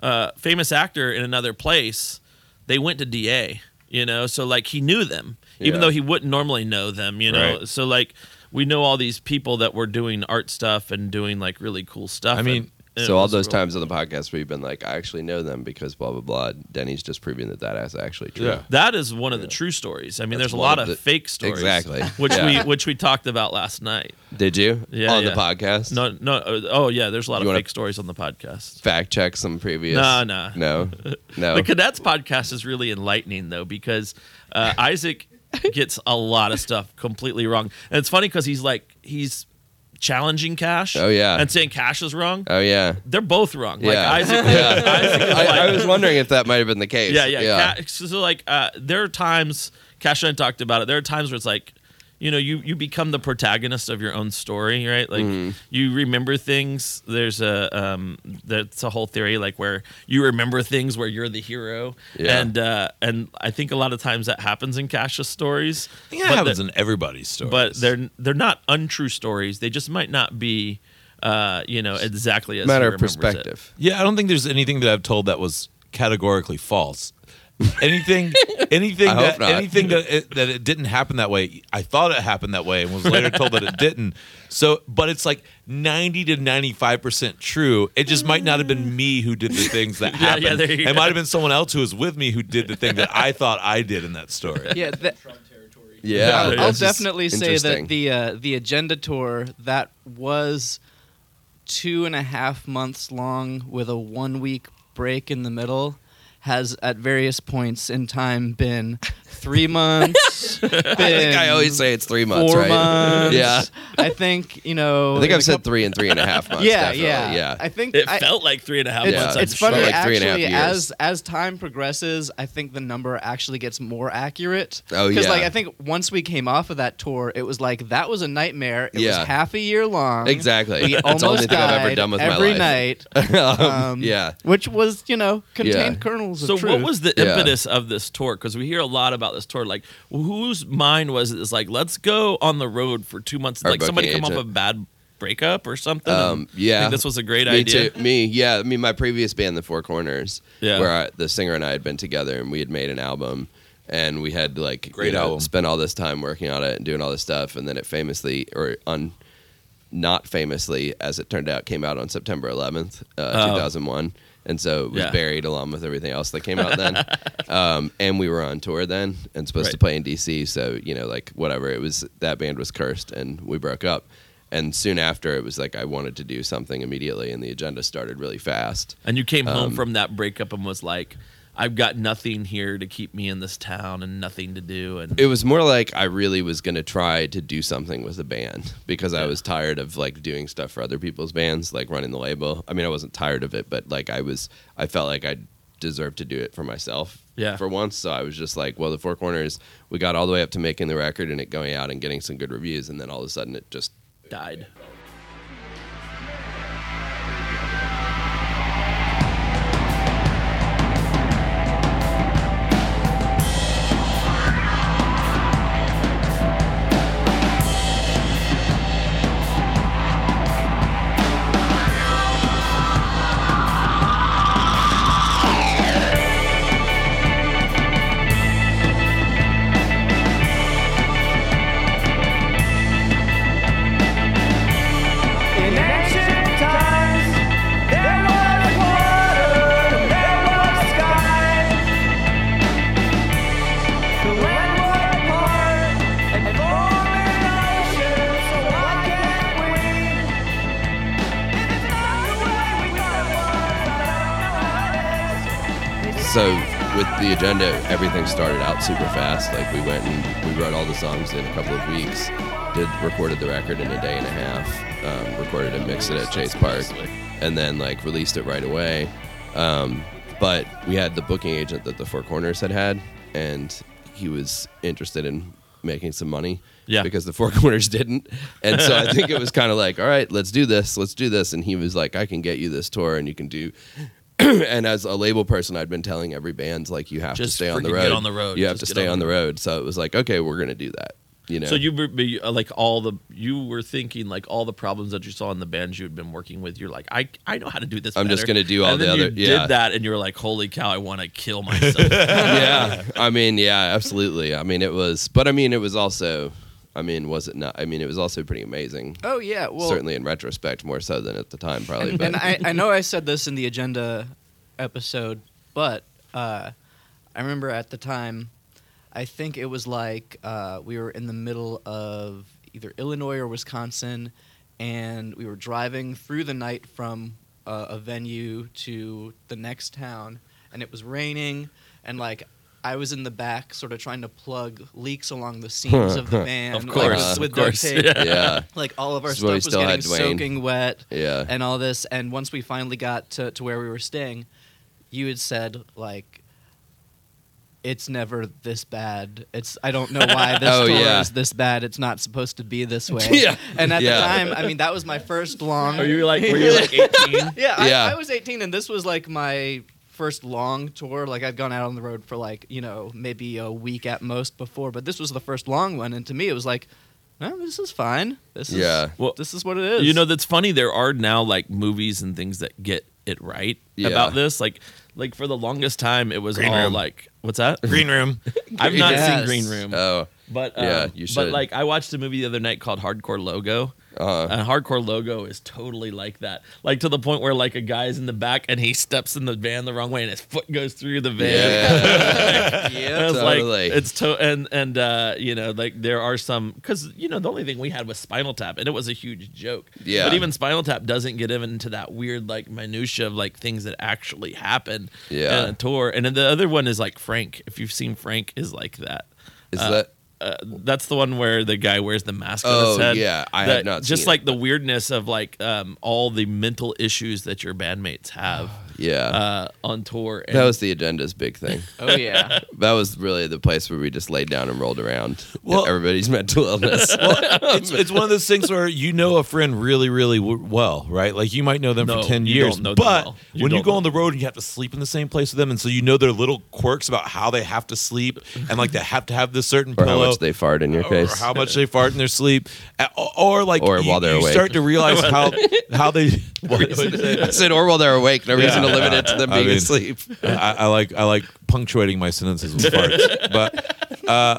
Speaker 4: uh, famous actor in another place, they went to DA, you know? So like he knew them, even
Speaker 2: Yeah.
Speaker 4: though he wouldn't normally know them, you know?
Speaker 3: Right.
Speaker 4: So like we know all these people that were doing art stuff and doing like really cool stuff.
Speaker 3: I mean,
Speaker 4: and- and
Speaker 2: So
Speaker 4: it
Speaker 2: all
Speaker 4: was
Speaker 2: those
Speaker 4: cool.
Speaker 2: times on the podcast we've been like, I actually know them because blah blah blah. Denny's just proving that that is actually true.
Speaker 3: Yeah.
Speaker 4: That is one of the true stories. I mean,
Speaker 2: That's
Speaker 4: there's a
Speaker 2: one
Speaker 4: lot
Speaker 2: of
Speaker 4: of,
Speaker 2: the-
Speaker 4: fake stories,
Speaker 2: Exactly.
Speaker 4: which
Speaker 2: Yeah.
Speaker 4: we which we talked about last night.
Speaker 2: Did you?
Speaker 4: Yeah,
Speaker 2: On
Speaker 4: yeah.
Speaker 2: the podcast?
Speaker 4: No, no. uh, Oh, yeah. There's a lot
Speaker 2: You
Speaker 4: of
Speaker 2: wanna-
Speaker 4: fake stories on the podcast.
Speaker 2: Fact check some previous.
Speaker 4: No, no.
Speaker 2: No. No.
Speaker 4: The cadets podcast is really enlightening though because uh, Isaac gets a lot of stuff completely wrong, and it's funny because he's like he's challenging Cash.
Speaker 2: Oh, yeah.
Speaker 4: and saying Cash is wrong.
Speaker 2: oh yeah.
Speaker 4: They're both wrong.
Speaker 2: Yeah.
Speaker 4: Like Isaac,
Speaker 2: Yeah.
Speaker 4: Isaac is like,
Speaker 2: I, I was wondering if that might have been the case.
Speaker 4: Yeah, yeah. Ca- so, so, like, uh, there are times Cash and I talked about it. There are times where it's like, you know, you you become the protagonist of your own story, right? Like,
Speaker 2: Mm-hmm.
Speaker 4: you remember things. There's a um, that's a whole theory, like where you remember things where you're the hero,
Speaker 2: Yeah.
Speaker 4: and uh, and I think a lot of times that happens in Cash's stories.
Speaker 3: I think that
Speaker 4: But
Speaker 3: happens
Speaker 4: the-
Speaker 3: in everybody's story.
Speaker 4: but they're they're not untrue stories. They just might not be, uh, you know, exactly as
Speaker 2: Matter
Speaker 4: he
Speaker 2: of
Speaker 4: remembers it.
Speaker 2: perspective.
Speaker 3: yeah, I don't think there's anything that I've told that was categorically false. Anything, anything,
Speaker 2: I hope
Speaker 3: that,
Speaker 2: not.
Speaker 3: anything that it, that it didn't happen that way. I thought it happened that way and was later told that it didn't. So, but it's like ninety to ninety-five percent true. It just might not have been me who did the things that
Speaker 4: Yeah,
Speaker 3: happened.
Speaker 4: yeah, there you
Speaker 3: it
Speaker 4: go.
Speaker 3: might have been someone else who was with me who did the thing that I thought I did in that story.
Speaker 6: Yeah, that,
Speaker 2: Yeah.
Speaker 6: I'll,
Speaker 4: yeah,
Speaker 6: I'll
Speaker 4: this
Speaker 6: definitely say
Speaker 2: interesting.
Speaker 6: that the uh, the agenda tour that was two and a half months long with a one week break in the middle has at various points in time been three months. I
Speaker 2: think I always say it's three months,
Speaker 6: four
Speaker 2: right?
Speaker 6: months.
Speaker 2: Yeah.
Speaker 6: I think you know.
Speaker 2: I think
Speaker 6: in a
Speaker 2: I've said
Speaker 6: couple-
Speaker 2: three and three and a half months.
Speaker 6: Yeah,
Speaker 2: definitely.
Speaker 6: yeah,
Speaker 2: yeah.
Speaker 6: I think
Speaker 4: It
Speaker 6: I-
Speaker 4: felt like three and a half
Speaker 6: It's,
Speaker 4: months.
Speaker 2: Yeah.
Speaker 6: it's
Speaker 4: I'm
Speaker 2: felt
Speaker 6: funny
Speaker 4: sure.
Speaker 2: like three and a half
Speaker 6: actually
Speaker 2: years.
Speaker 6: as as time progresses i think the number actually gets more accurate
Speaker 2: Oh,
Speaker 6: because
Speaker 2: yeah.
Speaker 6: like i think once we came off of that tour it was like that was a nightmare it
Speaker 2: Yeah.
Speaker 6: was half a year long
Speaker 2: Exactly.
Speaker 6: we
Speaker 2: That's
Speaker 6: almost
Speaker 2: the only thing
Speaker 6: died
Speaker 2: I've ever done with my
Speaker 6: every
Speaker 2: life.
Speaker 6: night
Speaker 2: um,
Speaker 6: um,
Speaker 2: yeah.
Speaker 6: which was you know contained
Speaker 2: Yeah.
Speaker 6: kernels of
Speaker 4: So
Speaker 6: truth
Speaker 4: what was the
Speaker 2: Yeah.
Speaker 4: impetus of this tour? Because we hear a lot about this tour. Like, whose mind was it? It's like, let's go on the road for two months.
Speaker 2: Our
Speaker 4: like somebody
Speaker 2: booking
Speaker 4: come off a
Speaker 2: agent.
Speaker 4: bad breakup or something.
Speaker 2: Um,
Speaker 4: and
Speaker 2: yeah.
Speaker 4: think this was a great
Speaker 2: me
Speaker 4: idea.
Speaker 2: Too. Me, yeah. I mean, my previous band, The Four Corners,
Speaker 4: Yeah.
Speaker 2: where I, the singer and I had been together and we had made an album and we had like
Speaker 3: Great album.
Speaker 2: spent all this time working on it and doing all this stuff. And then it famously, or on not famously, as it turned out, came out on September 11th, uh,
Speaker 4: Oh.
Speaker 2: 2001. And so it was
Speaker 4: Yeah.
Speaker 2: buried along with everything else that came out then. um, and we were on tour then and supposed to
Speaker 4: Right.
Speaker 2: play in DC. So, you know, like whatever. It was that band was cursed and we broke up. And soon after, it was like I wanted to do something immediately. And the agenda started really fast.
Speaker 4: And you came home
Speaker 2: Um,
Speaker 4: from that breakup and was like, I've got nothing here to keep me in this town and nothing to do. And
Speaker 2: It was more like I really was going to try to do something with the band because I was tired of like doing stuff for other people's bands, like running the label. I mean, I wasn't tired of it, but like I was, I felt like I deserved to do it for myself.
Speaker 4: Yeah.
Speaker 2: For once. So I was just like, well, the Four Corners, we got all the way up to making the record and it going out and getting some good reviews. And then all of a sudden it just
Speaker 4: died.
Speaker 7: In ancient times, there was water, there was sky. The land would part and form an ocean, so why can't we? If it's not the way we thought it was, I don't know how it is.
Speaker 2: So with the agenda, everything started out super fast. Like we went and we wrote all the songs in a couple of weeks. Did recorded the record in a day and a half. Um, recorded and mixed it at Chase Park, and then like released it right away. Um, but we had the booking agent that the Four Corners had had, and he was interested in making some money.
Speaker 4: Yeah.
Speaker 2: Because the Four Corners didn't, and so I think it was kind of like, all right, let's do this, let's do this, and he was like, I can get you this tour, and you can do and as a label person, I'd been telling every band like you have
Speaker 4: Just
Speaker 2: to stay on the
Speaker 4: freaking
Speaker 2: road.
Speaker 4: get on the road.
Speaker 2: You have
Speaker 4: Just
Speaker 2: to
Speaker 4: get
Speaker 2: stay
Speaker 4: on
Speaker 2: on
Speaker 4: the
Speaker 2: the road. So it was like, okay, we're gonna do that. You know.
Speaker 4: So you were be- uh, like all the you were thinking like all the problems that you saw in the bands you had been working with. You're like, I I know how to do this.
Speaker 2: I'm just
Speaker 4: better."
Speaker 2: gonna do all
Speaker 4: and
Speaker 2: the
Speaker 4: then
Speaker 2: other-
Speaker 4: You
Speaker 2: yeah.
Speaker 4: did that, and you were like, holy cow, I want to kill myself.
Speaker 2: yeah. I mean, yeah, absolutely. I mean, it was, but I mean, it was also, I mean, was it not? I mean, it was also pretty amazing.
Speaker 6: oh yeah well
Speaker 2: Certainly in retrospect, more so than at the time, probably.
Speaker 6: and,
Speaker 2: but
Speaker 6: and I, I know I said this in the agenda episode, but uh, I remember at the time, I think it was like uh, we were in the middle of either Illinois or Wisconsin, and we were driving through the night from uh, a venue to the next town, and it was raining, and like. I was in the back, sort of trying to plug leaks along the seams of the van,
Speaker 4: Of
Speaker 6: like,
Speaker 4: course,
Speaker 6: with-
Speaker 2: of
Speaker 6: with
Speaker 4: course,
Speaker 6: duct tape.
Speaker 4: yeah.
Speaker 2: yeah,
Speaker 6: Like all of our
Speaker 2: This is why we
Speaker 6: stuff was
Speaker 2: still
Speaker 6: getting
Speaker 2: had Dwayne.
Speaker 6: soaking wet
Speaker 2: yeah.
Speaker 6: and all this. And once we finally got to, to where we were staying, you had said like, "It's never this bad. It's I don't know why this
Speaker 2: Oh,
Speaker 6: tour
Speaker 2: yeah.
Speaker 6: is this bad. It's not supposed to be this way."
Speaker 2: Yeah.
Speaker 6: And at
Speaker 2: Yeah.
Speaker 6: the time, I mean, that was my first long.
Speaker 4: Are you like were you like 18?
Speaker 6: yeah, I,
Speaker 2: Yeah.
Speaker 6: I was 18, and this was like my first long tour. Like I've gone out on the road for like you know maybe a week at most before, but this was the first long one, and to me it was like. "Oh, this is fine. This is
Speaker 2: Yeah.
Speaker 4: Well,
Speaker 6: this is what it is.
Speaker 4: You know, that's funny. There are now like movies and things that get it right
Speaker 2: Yeah.
Speaker 4: about this. Like, like for the longest time, it was
Speaker 3: Green
Speaker 4: all
Speaker 3: Room.
Speaker 4: like, what's that?
Speaker 3: Green Room.
Speaker 4: I've not
Speaker 6: Yes.
Speaker 4: seen Green Room,
Speaker 2: Oh,
Speaker 4: but um,
Speaker 2: yeah, you
Speaker 4: But
Speaker 2: should. Uh.
Speaker 4: like, I watched a movie the other night called Hardcore Logo,
Speaker 2: uh-huh.
Speaker 4: and hardcore logo is totally like that. Like to the point where like a guy's in the back and he steps in the van the wrong way and his foot goes through the van. And it's
Speaker 2: Totally.
Speaker 4: like it's to and and uh, you know like there are some because you know the only thing we had was Spinal Tap and it was a huge joke.
Speaker 2: Yeah.
Speaker 4: But even Spinal Tap doesn't get even into that weird like minutia of like things that actually happen.
Speaker 2: Yeah.
Speaker 4: In a tour, and then the other one is like Frank. If you've seen Frank, is like that.
Speaker 2: Is
Speaker 4: Uh,
Speaker 2: that
Speaker 4: Uh, that's the one where the guy wears the mask on
Speaker 2: Oh,
Speaker 4: his head.
Speaker 2: yeah. I
Speaker 4: That-
Speaker 2: have not
Speaker 4: Just
Speaker 2: seen it,
Speaker 4: like the weirdness of like um, all the mental issues that your bandmates have
Speaker 2: yeah?
Speaker 4: uh, on tour. And
Speaker 2: that was the agenda's big thing.
Speaker 6: Oh yeah.
Speaker 2: That was really the place where we just laid down and rolled around.
Speaker 3: Well-
Speaker 2: everybody's mental illness.
Speaker 3: it's, it's one of those things where you know a friend really, really w- well, right? Like you might know them
Speaker 4: No,
Speaker 3: for 10
Speaker 4: you
Speaker 3: years,
Speaker 4: don't know them
Speaker 3: but
Speaker 4: well. You
Speaker 3: when you
Speaker 4: don't
Speaker 3: go
Speaker 4: know
Speaker 3: on the road and you have to sleep in the same place with them, and so you know their little quirks about how they have to sleep and like they have to have this certain
Speaker 2: or how
Speaker 3: pillow.
Speaker 2: much they fart in your
Speaker 3: or
Speaker 2: face.
Speaker 3: how much they fart in their sleep, Uh, or, or like
Speaker 2: Or
Speaker 3: you,
Speaker 2: while they're
Speaker 3: you
Speaker 2: awake.
Speaker 3: start to realize how how they. what- what'd you say?
Speaker 2: I said, or while they're awake, no reason to
Speaker 3: Yeah.
Speaker 2: limit it to them
Speaker 3: I
Speaker 2: being
Speaker 3: mean-
Speaker 2: asleep.
Speaker 3: I, I like I like punctuating my sentences with farts, but uh,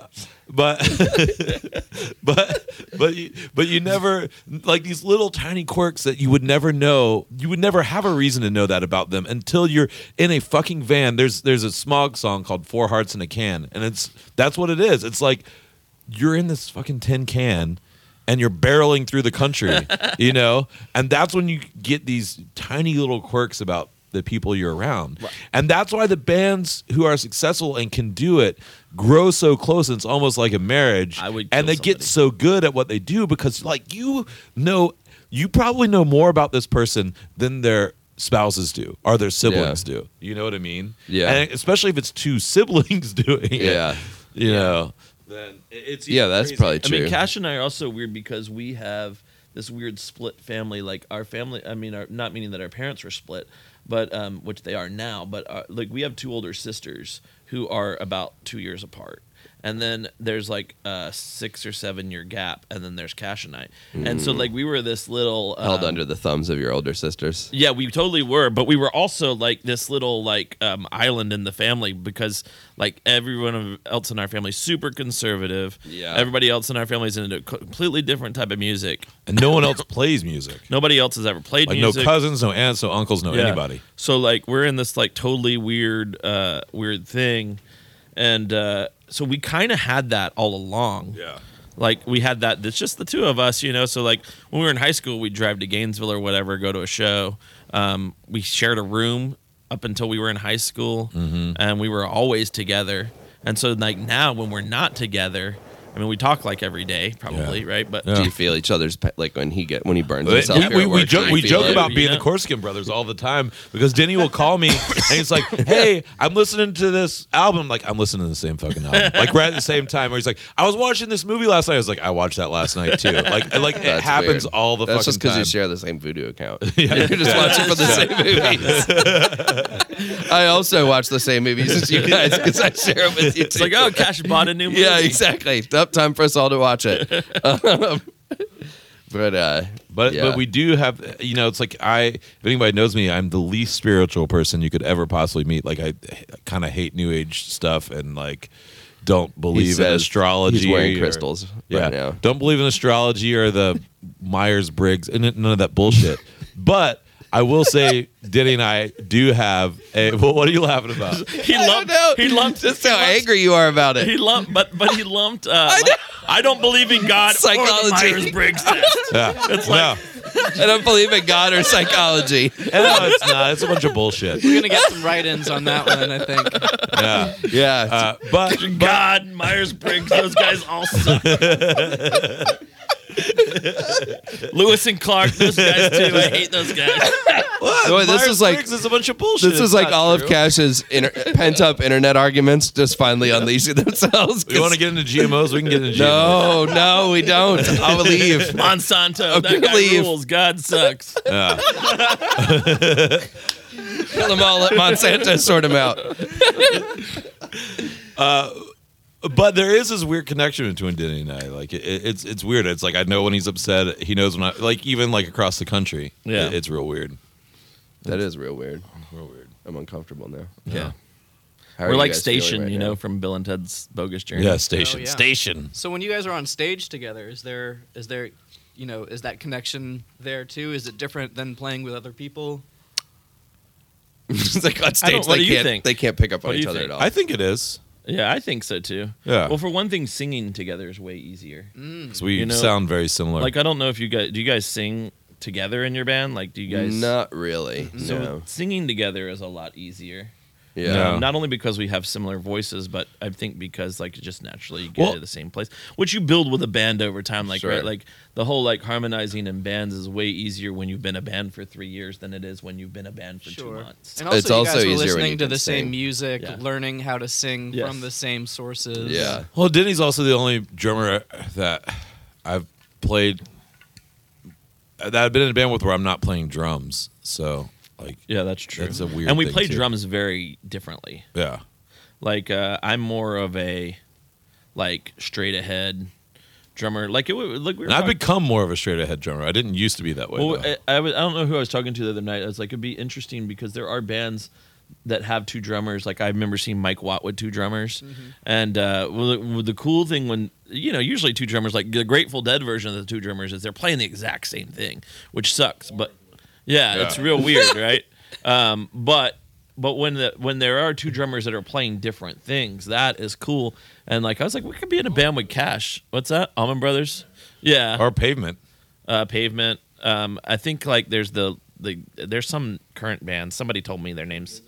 Speaker 3: but but but you, but you never like these little tiny quirks that you would never know. You would never have a reason to know that about them until you're in a fucking van. There's there's a smog song called Four Hearts in a Can, and it's that's what it is. It's like you're in this fucking tin can. And you're barreling through the country, you know, and that's when you get these tiny little quirks about the people you're around. And that's why the bands who are successful and can do it grow so close and it's almost like a marriage.
Speaker 4: I would
Speaker 3: and they
Speaker 4: kill
Speaker 3: get
Speaker 4: somebody.
Speaker 3: so good at what they do because like you know you probably know more about this person than their spouses do or their siblings
Speaker 2: Yeah.
Speaker 3: do. You know what I mean?
Speaker 2: Yeah.
Speaker 3: And especially if it's two siblings doing it.
Speaker 2: Yeah.
Speaker 3: You know. Then it's
Speaker 2: Yeah, that's probably
Speaker 4: I
Speaker 2: true.
Speaker 4: mean, Cash and I are also weird because we have this weird split family. Like our family, I mean, our, not meaning that our parents were split, but um, which they are now. But uh like we have two older sisters who are about two years apart. And then there's like a six or seven year gap, and then there's Cash and I, and so like we were this little um,
Speaker 3: uh,
Speaker 2: Held under the thumbs of your older sisters.
Speaker 4: yeah, we totally were, but we were also like this little like um, island in the family because like everyone of- else in our family is super conservative.
Speaker 2: Yeah.
Speaker 4: everybody else in our family is into a co- completely different type of music.
Speaker 3: and no one else plays music.
Speaker 4: Nobody else has ever played
Speaker 3: Like
Speaker 4: music.
Speaker 3: no cousins, no aunts, no uncles, no
Speaker 4: Yeah.
Speaker 3: anybody.
Speaker 4: So like we're in this like totally weird uh, weird thing, and uh, so we kind of had that all along. Like we had that. It's just the two of us, you know. So like when we were in high school, we'd drive to Gainesville or whatever, go to a show. Um, we shared a room up until we were in high school,
Speaker 2: Mm-hmm.
Speaker 4: and we were always together. And so like now when we're not together, I mean we talk like every day probably,
Speaker 3: Yeah.
Speaker 4: right? But
Speaker 3: Yeah.
Speaker 2: Do you feel each other's pa- like when he get when he burns
Speaker 3: We,
Speaker 2: himself?
Speaker 3: we, we, we joke, we joke
Speaker 4: it.
Speaker 3: about being
Speaker 4: Yeah.
Speaker 3: the Corsican brothers all the time because Denny will call me and he's like, "Hey, I'm listening to this album." I'm like, I'm listening to the same fucking album. Like we're at the same time. Where he's like, "I was watching this movie last night." I was like, "I watched that last night too." Like, and, like it happens all the
Speaker 2: That's
Speaker 3: fucking
Speaker 2: just because
Speaker 3: time.
Speaker 2: you share the same voodoo account. You're just watching for the same movies. I also watch the same movies as you guys because I share it with you.
Speaker 4: it's like oh, Cash bought a new movie.
Speaker 2: yeah, exactly. Up time for us all to watch it. Um, but uh,
Speaker 3: But
Speaker 2: yeah.
Speaker 3: but we do have you know it's like I if anybody knows me I'm the least spiritual person you could ever possibly meet like I, kind of hate new age stuff and like don't
Speaker 2: He
Speaker 3: believe in
Speaker 2: says
Speaker 3: astrology
Speaker 2: He's wearing
Speaker 3: or-
Speaker 2: crystals
Speaker 3: yeah
Speaker 2: right now.
Speaker 3: don't believe in astrology or the Myers Briggs and none of that bullshit but I will say Denny and I do have a well what are you laughing about
Speaker 4: He loved. He loved.
Speaker 2: Just how
Speaker 4: he loved-
Speaker 2: angry you are about
Speaker 4: He
Speaker 2: it.
Speaker 4: lumped, but but he lumped. Uh, I, don't believe in God.
Speaker 2: Psychology.
Speaker 4: Myers Briggs test.
Speaker 3: yeah. it's like
Speaker 2: I don't believe in God or psychology.
Speaker 3: no it's not it's a bunch of bullshit
Speaker 6: We're gonna get some write-ins on that one, I think.
Speaker 3: yeah
Speaker 2: Yeah.
Speaker 3: uh, but
Speaker 4: God, Myers Briggs. Those guys all suck. Lewis and Clark. Those guys too. I hate those guys.
Speaker 2: Boy, this is like-
Speaker 3: Myers-Briggs is a bunch of bullshit
Speaker 2: this is
Speaker 3: It's
Speaker 2: like
Speaker 3: not
Speaker 2: all of
Speaker 3: true.
Speaker 2: Cash's inter- pent up internet arguments just finally unleashing themselves. 'cause-
Speaker 3: You want to get into GMOs? We can get into GMOs.
Speaker 2: No, no, we don't. I'll leave.
Speaker 4: Monsanto.
Speaker 2: Okay,
Speaker 4: That guy
Speaker 2: leave.
Speaker 4: rules. God sucks.
Speaker 3: Yeah.
Speaker 2: Kill them all. Let Monsanto sort them out.
Speaker 3: But there is this weird connection between Denny and I. Like it, it's it's weird. It's like I know when he's upset. He knows when I like even like across the country.
Speaker 4: Yeah.
Speaker 3: It- it's real weird.
Speaker 2: That is real weird.
Speaker 3: Real weird.
Speaker 2: I'm uncomfortable now.
Speaker 4: Yeah.
Speaker 2: How are
Speaker 4: We're
Speaker 2: you
Speaker 4: like
Speaker 2: guys feeling
Speaker 4: Station,
Speaker 2: right
Speaker 4: you know,
Speaker 2: now?
Speaker 4: from Bill and Ted's Bogus Journey.
Speaker 3: Yeah. Station.
Speaker 6: Oh, yeah.
Speaker 3: Station.
Speaker 6: So when you guys are on stage together, is there is there you know, is that connection there too? Is it different than playing with other people?
Speaker 2: it's like on
Speaker 4: I don't-
Speaker 2: stage, they
Speaker 4: what do you
Speaker 2: can't
Speaker 4: think?
Speaker 2: they can't pick up
Speaker 4: What
Speaker 2: on
Speaker 4: do
Speaker 2: each
Speaker 4: you
Speaker 2: other
Speaker 4: think?
Speaker 2: at all.
Speaker 3: I think it is.
Speaker 4: Yeah, I think so too.
Speaker 3: Yeah.
Speaker 4: Well, for one thing, singing together is way easier.
Speaker 2: Mm.
Speaker 3: Because we
Speaker 4: You know,
Speaker 3: sound very similar.
Speaker 4: Like I don't know if you guys do you guys sing together in your band? Like do you guys
Speaker 2: not really.
Speaker 4: So
Speaker 2: No.
Speaker 4: singing together is a lot easier.
Speaker 2: Yeah.
Speaker 3: No.
Speaker 4: Um, not only because we have similar voices, but I think because like just naturally you get
Speaker 3: Well-
Speaker 4: to the same place, which you build with a band over time. Like
Speaker 2: Sure.
Speaker 4: right, like the whole like harmonizing in bands is way easier when you've been a band for three years than it is when you've been a band for two months.
Speaker 6: And also,
Speaker 2: It's
Speaker 6: you
Speaker 2: also
Speaker 6: guys were
Speaker 2: easier when
Speaker 6: listening
Speaker 2: you
Speaker 6: to
Speaker 2: can
Speaker 6: the
Speaker 2: sing.
Speaker 6: same music,
Speaker 4: Yeah.
Speaker 6: learning how to sing
Speaker 4: Yes.
Speaker 6: from the same sources.
Speaker 2: Yeah.
Speaker 3: well, Denny's also the only drummer that I've played that I've been in a band with where I'm not playing drums. So like,
Speaker 4: Yeah, that's true.
Speaker 3: That's a weird
Speaker 4: And we
Speaker 3: thing,
Speaker 4: play
Speaker 3: too.
Speaker 4: drums very differently.
Speaker 3: yeah,
Speaker 4: like uh, I'm more of a like straight ahead drummer. Like it would like we were
Speaker 3: and I've
Speaker 4: talking-
Speaker 3: become more of a straight ahead drummer. I didn't used to be that way.
Speaker 4: well,
Speaker 3: though.
Speaker 4: I, I, was, I don't know who I was talking to the other night. I was like, it'd be interesting because there are bands that have two drummers. Like I remember seeing Mike Watt with two drummers, and uh, well, the, well, the cool thing when you know usually two drummers, like the Grateful Dead version of the two drummers, is they're playing the exact same thing, which sucks. But yeah, it's real weird, right? Um, but but when the when there are two drummers that are playing different things, that is cool. And like I was like, we could be in a band with Cash. What's that? Almond Brothers. Yeah
Speaker 3: Our pavement.
Speaker 4: uh, pavement. Um, I think like there's the the there's some current band. Somebody told me their names.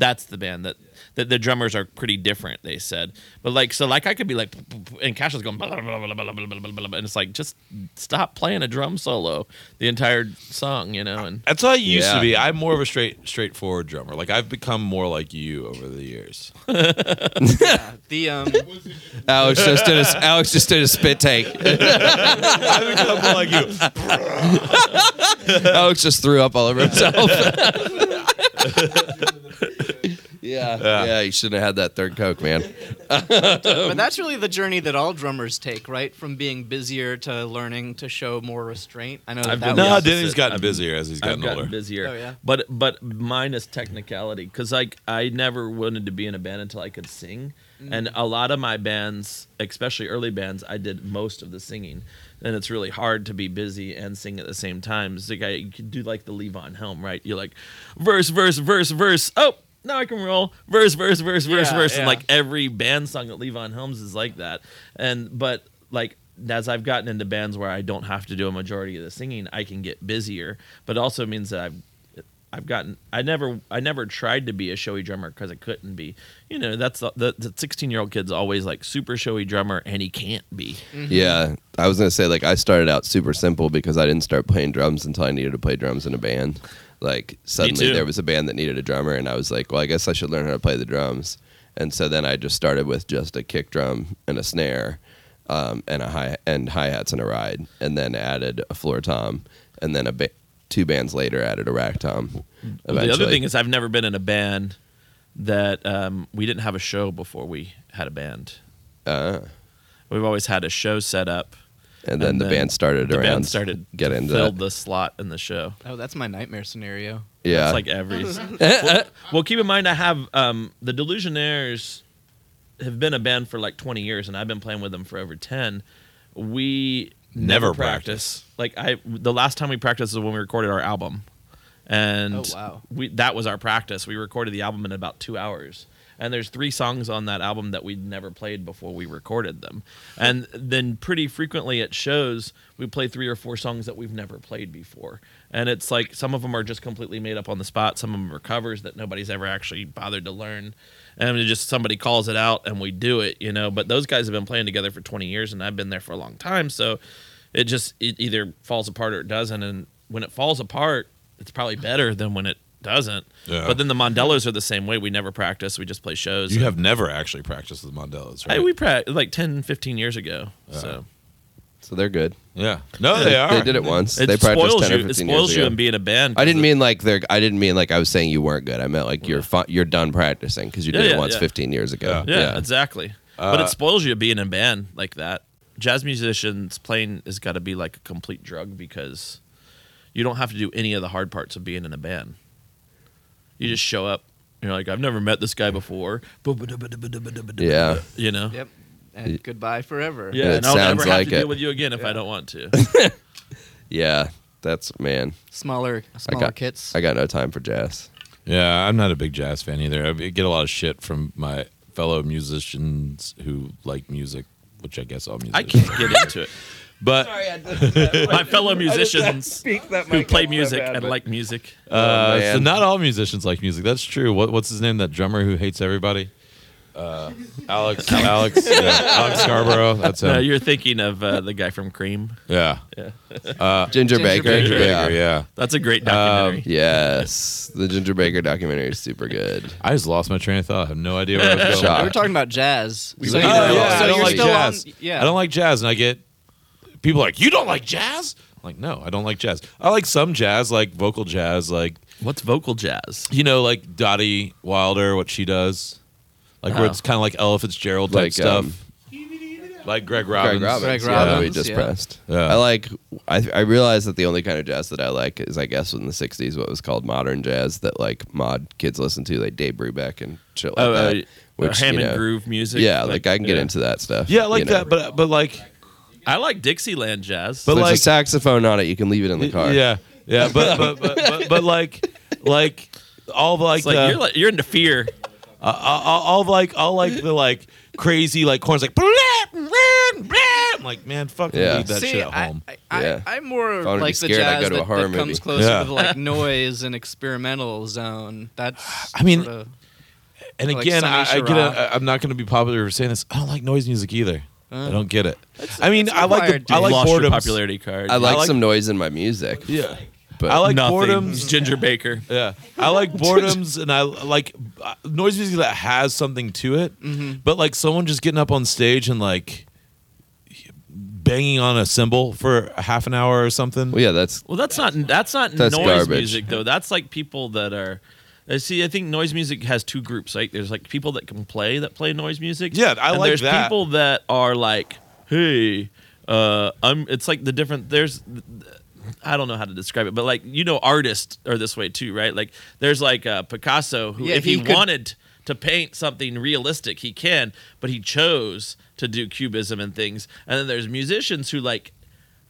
Speaker 4: That's the band that that the drummers are pretty different. They said, but like so like I could be like p- p- p- and Cash is going blah, blah, blah, blah, blah, blah, blah, blah, blah, and it's like just stop playing a drum solo the entire song, you know. And
Speaker 3: That's how I used
Speaker 2: Yeah.
Speaker 3: to be. I'm more of a straight, straightforward drummer. Like I've become more like you over the years.
Speaker 6: Yeah. The um,
Speaker 2: Alex just did a Alex just did a spit take.
Speaker 3: I've become more like you.
Speaker 2: Alex just threw up all over himself. yeah, yeah, You shouldn't have had that third coke, man. Oh.
Speaker 6: but that's really the journey that all drummers take, right? From being busier to learning to show more restraint. I know that,
Speaker 4: I've
Speaker 6: that
Speaker 4: been-
Speaker 3: No,
Speaker 6: was,
Speaker 4: opposite.
Speaker 3: Denny's gotten
Speaker 4: I've-
Speaker 3: busier as he's gotten,
Speaker 4: I've gotten
Speaker 3: older.
Speaker 4: busier.
Speaker 6: Oh, yeah.
Speaker 4: But but minus technicality, because like I never wanted to be in a band until I could sing,
Speaker 6: Mm.
Speaker 4: and a lot of my bands, especially early bands, I did most of the singing, and it's really hard to be busy and sing at the same time. It's like I you could do like the Levon Helm, right? You're like verse verse verse verse. Oh. Now I can roll verse, verse, verse, verse,
Speaker 6: Yeah,
Speaker 4: verse, and
Speaker 6: yeah.
Speaker 4: like every band song that Levon Helms is like that. And but like as I've gotten into bands where I don't have to do a majority of the singing, I can get busier. But it also means that I've I've gotten I never I never tried to be a showy drummer because I couldn't be. You know that's the the sixteen year old kid's always like super showy drummer and he can't be.
Speaker 2: Yeah, I was gonna say like I started out super simple because I didn't start playing drums until I needed to play drums in a band. Like suddenly
Speaker 4: too.
Speaker 2: there was a band that needed a drummer, and I was like, well, I guess I should learn how to play the drums. And so then I just started with just a kick drum and a snare, um, and a hi and hi hats and a ride, and then added a floor tom, and then a ba- two bands later added a rack tom.
Speaker 4: The other
Speaker 2: eventually.
Speaker 4: thing is I've never been in a band that um, we didn't have a show before we had a band.
Speaker 2: Uh,
Speaker 4: We've always had a show set up.
Speaker 2: and then
Speaker 4: and
Speaker 2: the
Speaker 4: then
Speaker 2: band started
Speaker 4: The
Speaker 2: around.
Speaker 4: band started
Speaker 2: get into
Speaker 4: filled
Speaker 2: that.
Speaker 4: the slot in the show.
Speaker 6: oh, that's my nightmare scenario.
Speaker 2: yeah.
Speaker 4: It's like every. well, well, keep in mind, I have um, the Delusionaires have been a band for like 20 years, and I've been playing with them for over 10. We
Speaker 3: Never
Speaker 4: Like I, the last time we practiced is when we recorded our album, and
Speaker 6: Oh, wow.
Speaker 4: we that was our practice. We recorded the album in about two hours. And there's three songs on that album that we'd never played before we recorded them. And then pretty frequently at shows, we play three or four songs that we've never played before. And it's like some of them are just completely made up on the spot. Some of them are covers that nobody's ever actually bothered to learn. And it just somebody calls it out and we do it, you know. But those guys have been playing together for 20 years and I've been there for a long time. So it just it either falls apart or it doesn't. And when it falls apart, it's probably better than when it doesn't.
Speaker 3: Yeah.
Speaker 4: But then the Mondellos are the same way. We never practice. We just play shows.
Speaker 3: You have never actually practiced with Mondellas, right?
Speaker 4: I, we practiced like 10, 15 years ago. So
Speaker 2: so they're good.
Speaker 3: yeah. No, they are.
Speaker 2: They did it once.
Speaker 4: it
Speaker 2: they practiced
Speaker 4: spoils
Speaker 2: ten or
Speaker 4: you. It
Speaker 2: fifteen
Speaker 4: spoils
Speaker 2: years
Speaker 4: you
Speaker 2: ago.
Speaker 4: in being a band.
Speaker 2: I didn't mean like they're. I didn't mean like I was saying you weren't good. I meant like you're fu- you're done practicing because you
Speaker 4: Yeah,
Speaker 2: did
Speaker 4: yeah,
Speaker 2: it once
Speaker 4: yeah.
Speaker 2: fifteen years ago.
Speaker 4: Yeah, exactly. but
Speaker 2: Uh,
Speaker 4: it spoils you being in a band like that. Jazz musicians playing has got to be like a complete drug because you don't have to do any of the hard parts of being in a band. You just show up. You're like, I've never met this guy before.
Speaker 2: Yeah.
Speaker 4: You know?
Speaker 6: Yep. And goodbye forever.
Speaker 4: Yeah,
Speaker 2: It
Speaker 4: and I'll never
Speaker 2: sounds
Speaker 4: have
Speaker 2: like
Speaker 4: to
Speaker 2: it.
Speaker 4: deal with you again if I don't want to.
Speaker 2: Yeah, that's man.
Speaker 6: Smaller,
Speaker 2: I
Speaker 6: smaller
Speaker 2: got
Speaker 6: kits.
Speaker 2: I got no time for jazz.
Speaker 3: Yeah, I'm not a big jazz fan either. I get a lot of shit from my fellow musicians who like music, which I guess all music.
Speaker 4: I can't get into it.
Speaker 3: But
Speaker 4: My fellow musicians who play music and like music.
Speaker 3: uh,
Speaker 2: Oh,
Speaker 3: so
Speaker 2: man.
Speaker 3: not all musicians like music. That's true. What, what's his name? That drummer who hates everybody. Uh, Alex, Alex, yeah, Alex Scarborough. That's
Speaker 2: um,
Speaker 3: him.
Speaker 4: No, you're thinking of uh, the guy from Cream.
Speaker 3: yeah,
Speaker 2: Ginger,
Speaker 6: Ginger
Speaker 2: Baker.
Speaker 6: Baker.
Speaker 3: Ginger
Speaker 2: yeah. Um,
Speaker 3: Baker. Yeah,
Speaker 4: That's a great documentary.
Speaker 2: Yes, the Ginger Baker documentary is super good.
Speaker 3: I just lost my train of thought. I have no idea where I was going.
Speaker 2: Shock.
Speaker 6: we were talking about jazz.
Speaker 2: Uh, We
Speaker 6: so
Speaker 2: were-
Speaker 6: you
Speaker 3: Oh,
Speaker 2: Yeah.
Speaker 3: yeah.
Speaker 6: so
Speaker 3: I don't
Speaker 6: you're
Speaker 3: like
Speaker 6: still
Speaker 3: jazz.
Speaker 6: on. Yeah,
Speaker 3: I don't like jazz, and I get people are like, "You don't like jazz?" I'm like, no, I don't like jazz. I like some jazz, like vocal jazz, like
Speaker 4: What's vocal jazz?
Speaker 3: you know, like Dottie Wilder, what she does, like where
Speaker 4: Oh.
Speaker 3: it's kind of like Ella Fitzgerald type
Speaker 2: Like,
Speaker 3: stuff,
Speaker 2: um,
Speaker 3: like Greg Robbins.
Speaker 2: Greg Robbins.
Speaker 6: Greg
Speaker 2: yeah, that we
Speaker 6: Robbins,
Speaker 2: just
Speaker 6: yeah.
Speaker 2: pressed.
Speaker 3: Yeah.
Speaker 2: I like. I I realized that the only kind of jazz that I like is, I guess, in the '60s, what was called modern jazz that like mod kids listen to, like Dave Brubeck and shit like
Speaker 4: Oh,
Speaker 2: that.
Speaker 4: uh,
Speaker 2: which, you
Speaker 4: Hammond
Speaker 2: know,
Speaker 4: groove music.
Speaker 2: Yeah, like, I can get
Speaker 4: yeah.
Speaker 2: into that stuff.
Speaker 3: Yeah, I like
Speaker 2: you know.
Speaker 3: that, but but like,
Speaker 4: I like Dixieland jazz.
Speaker 3: But
Speaker 2: There's
Speaker 3: like-
Speaker 2: a saxophone on it. You can leave it in the car.
Speaker 3: yeah, yeah, but but but, but, but like like all of, like
Speaker 4: it's like
Speaker 2: uh,
Speaker 3: the- uh,
Speaker 4: you're like, you're into fear.
Speaker 3: I'll, I'll, I'll like I'll like the like crazy like horns like I'm like man fuck
Speaker 2: Yeah.
Speaker 3: leave that
Speaker 6: See,
Speaker 3: shit at home.
Speaker 6: I, I,
Speaker 2: Yeah.
Speaker 6: I, I'm more
Speaker 2: wanna be
Speaker 6: like the
Speaker 2: scared, I'd
Speaker 6: jazz
Speaker 2: go to a
Speaker 6: that,
Speaker 2: horror
Speaker 6: that comes
Speaker 2: movie.
Speaker 6: closer
Speaker 3: Yeah.
Speaker 6: to like noise and experimental zone. That's
Speaker 3: I mean,
Speaker 6: sorta-
Speaker 3: and
Speaker 6: like
Speaker 3: again, I,
Speaker 6: Sonny
Speaker 3: I get
Speaker 6: Chirac.
Speaker 3: it. I- I'm not going to be popular for saying this. I don't like noise music either. I don't get it. I mean,
Speaker 6: it's
Speaker 3: I like
Speaker 6: required,
Speaker 3: the, I
Speaker 6: dude.
Speaker 3: like
Speaker 4: Lost
Speaker 3: boredom.
Speaker 4: your popularity card.
Speaker 2: I like,
Speaker 3: like-
Speaker 2: some noise in my music.
Speaker 3: Yeah,
Speaker 2: but
Speaker 3: I like
Speaker 4: Nothing.
Speaker 3: boredoms.
Speaker 4: Ginger Baker.
Speaker 3: Yeah, I like boredoms, and I like uh, noise music that has something to it.
Speaker 4: Mm-hmm.
Speaker 3: But like someone just getting up on stage and like banging on a cymbal for a half an hour or something.
Speaker 2: Well, yeah, that's
Speaker 4: Well, that's not that's not
Speaker 2: That's
Speaker 4: noise
Speaker 2: garbage.
Speaker 4: music though. That's like people that are. I See, I think noise music has two groups. Like, there's like people that can play that play noise music.
Speaker 3: Yeah, I
Speaker 4: and
Speaker 3: like
Speaker 4: there's
Speaker 3: that.
Speaker 4: people that are like, hey, uh, I'm. It's like the different. There's. I don't know how to describe it, but like you know, artists are this way too, right? Like, there's like uh, Picasso who,
Speaker 6: Yeah,
Speaker 4: if he,
Speaker 6: he could-
Speaker 4: wanted to paint something realistic, he can, but he chose to do cubism and things. And then there's musicians who like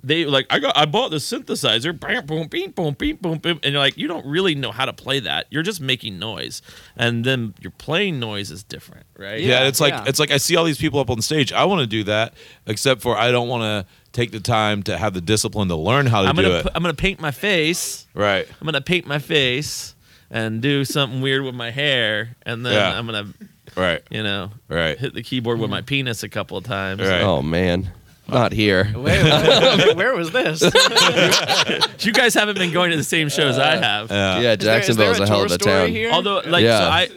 Speaker 4: they like I got I bought the synthesizer, bam, boom, beep, boom, beep, boom, boom, and you're like you don't really know how to play that. You're just making noise, and then your playing noise is different, right?
Speaker 3: Yeah,
Speaker 6: Yeah,
Speaker 3: it's like
Speaker 6: yeah.
Speaker 3: it's like I see all these people up on stage. I want to do that, except for I don't want to take the time to have the discipline to learn how to
Speaker 4: I'm
Speaker 3: do
Speaker 4: gonna
Speaker 3: it.
Speaker 4: pu- I'm gonna paint my face.
Speaker 3: right.
Speaker 4: I'm gonna paint my face and do something weird with my hair, and then
Speaker 3: Yeah.
Speaker 4: I'm gonna
Speaker 3: Right.
Speaker 4: you know
Speaker 3: Right.
Speaker 4: hit the keyboard with my penis a couple of times.
Speaker 3: Right.
Speaker 2: oh man, not here.
Speaker 6: Wait, wait, where was this? Is there-
Speaker 4: You guys haven't been going to the same shows I have.
Speaker 3: Yeah.
Speaker 2: yeah, Jacksonville's
Speaker 6: is there
Speaker 2: a, hell of
Speaker 6: tour
Speaker 2: a
Speaker 6: story
Speaker 2: town.
Speaker 6: Here?
Speaker 4: Although, like,
Speaker 2: Yeah.
Speaker 4: so I,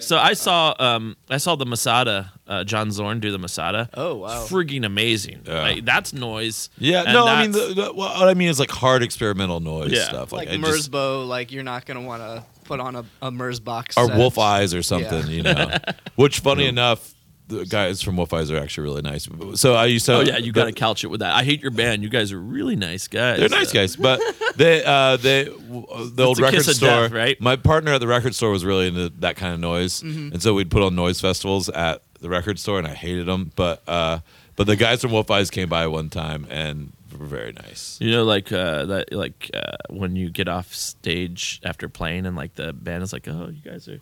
Speaker 4: so I saw, um, I saw the Masada, uh, John Zorn do the Masada.
Speaker 6: Oh, wow.
Speaker 4: frigging amazing!
Speaker 3: Yeah.
Speaker 4: Like, that's noise.
Speaker 3: Yeah.
Speaker 4: and
Speaker 3: no, I mean,
Speaker 4: that's-
Speaker 3: the, the, what I mean is like hard experimental noise
Speaker 4: Yeah.
Speaker 3: stuff, like,
Speaker 6: like
Speaker 3: I just-
Speaker 6: Merzbow, like you're not gonna want to put on a, a Merz box
Speaker 3: or
Speaker 6: set.
Speaker 3: Wolf Eyes or something, you know. Which, funny enough, the guys from Wolf Eyes are actually really nice. So I used to.
Speaker 4: oh yeah, you got to couch it with that. I hate your band. You guys are really nice guys.
Speaker 3: They're nice
Speaker 4: Uh,
Speaker 3: guys, but they uh, they w- uh, the old
Speaker 4: a
Speaker 3: record
Speaker 4: kiss of
Speaker 3: store.
Speaker 4: death, right? Mm-hmm.
Speaker 3: My partner at the record store was really into that kind of noise, and so we'd put on noise festivals at the record store, and I hated them. But uh, but the guys from Wolf Eyes came by one time and were very nice.
Speaker 4: You know, like uh, that, like uh, when you get off stage after playing, and like the band is like, "Oh, you guys are,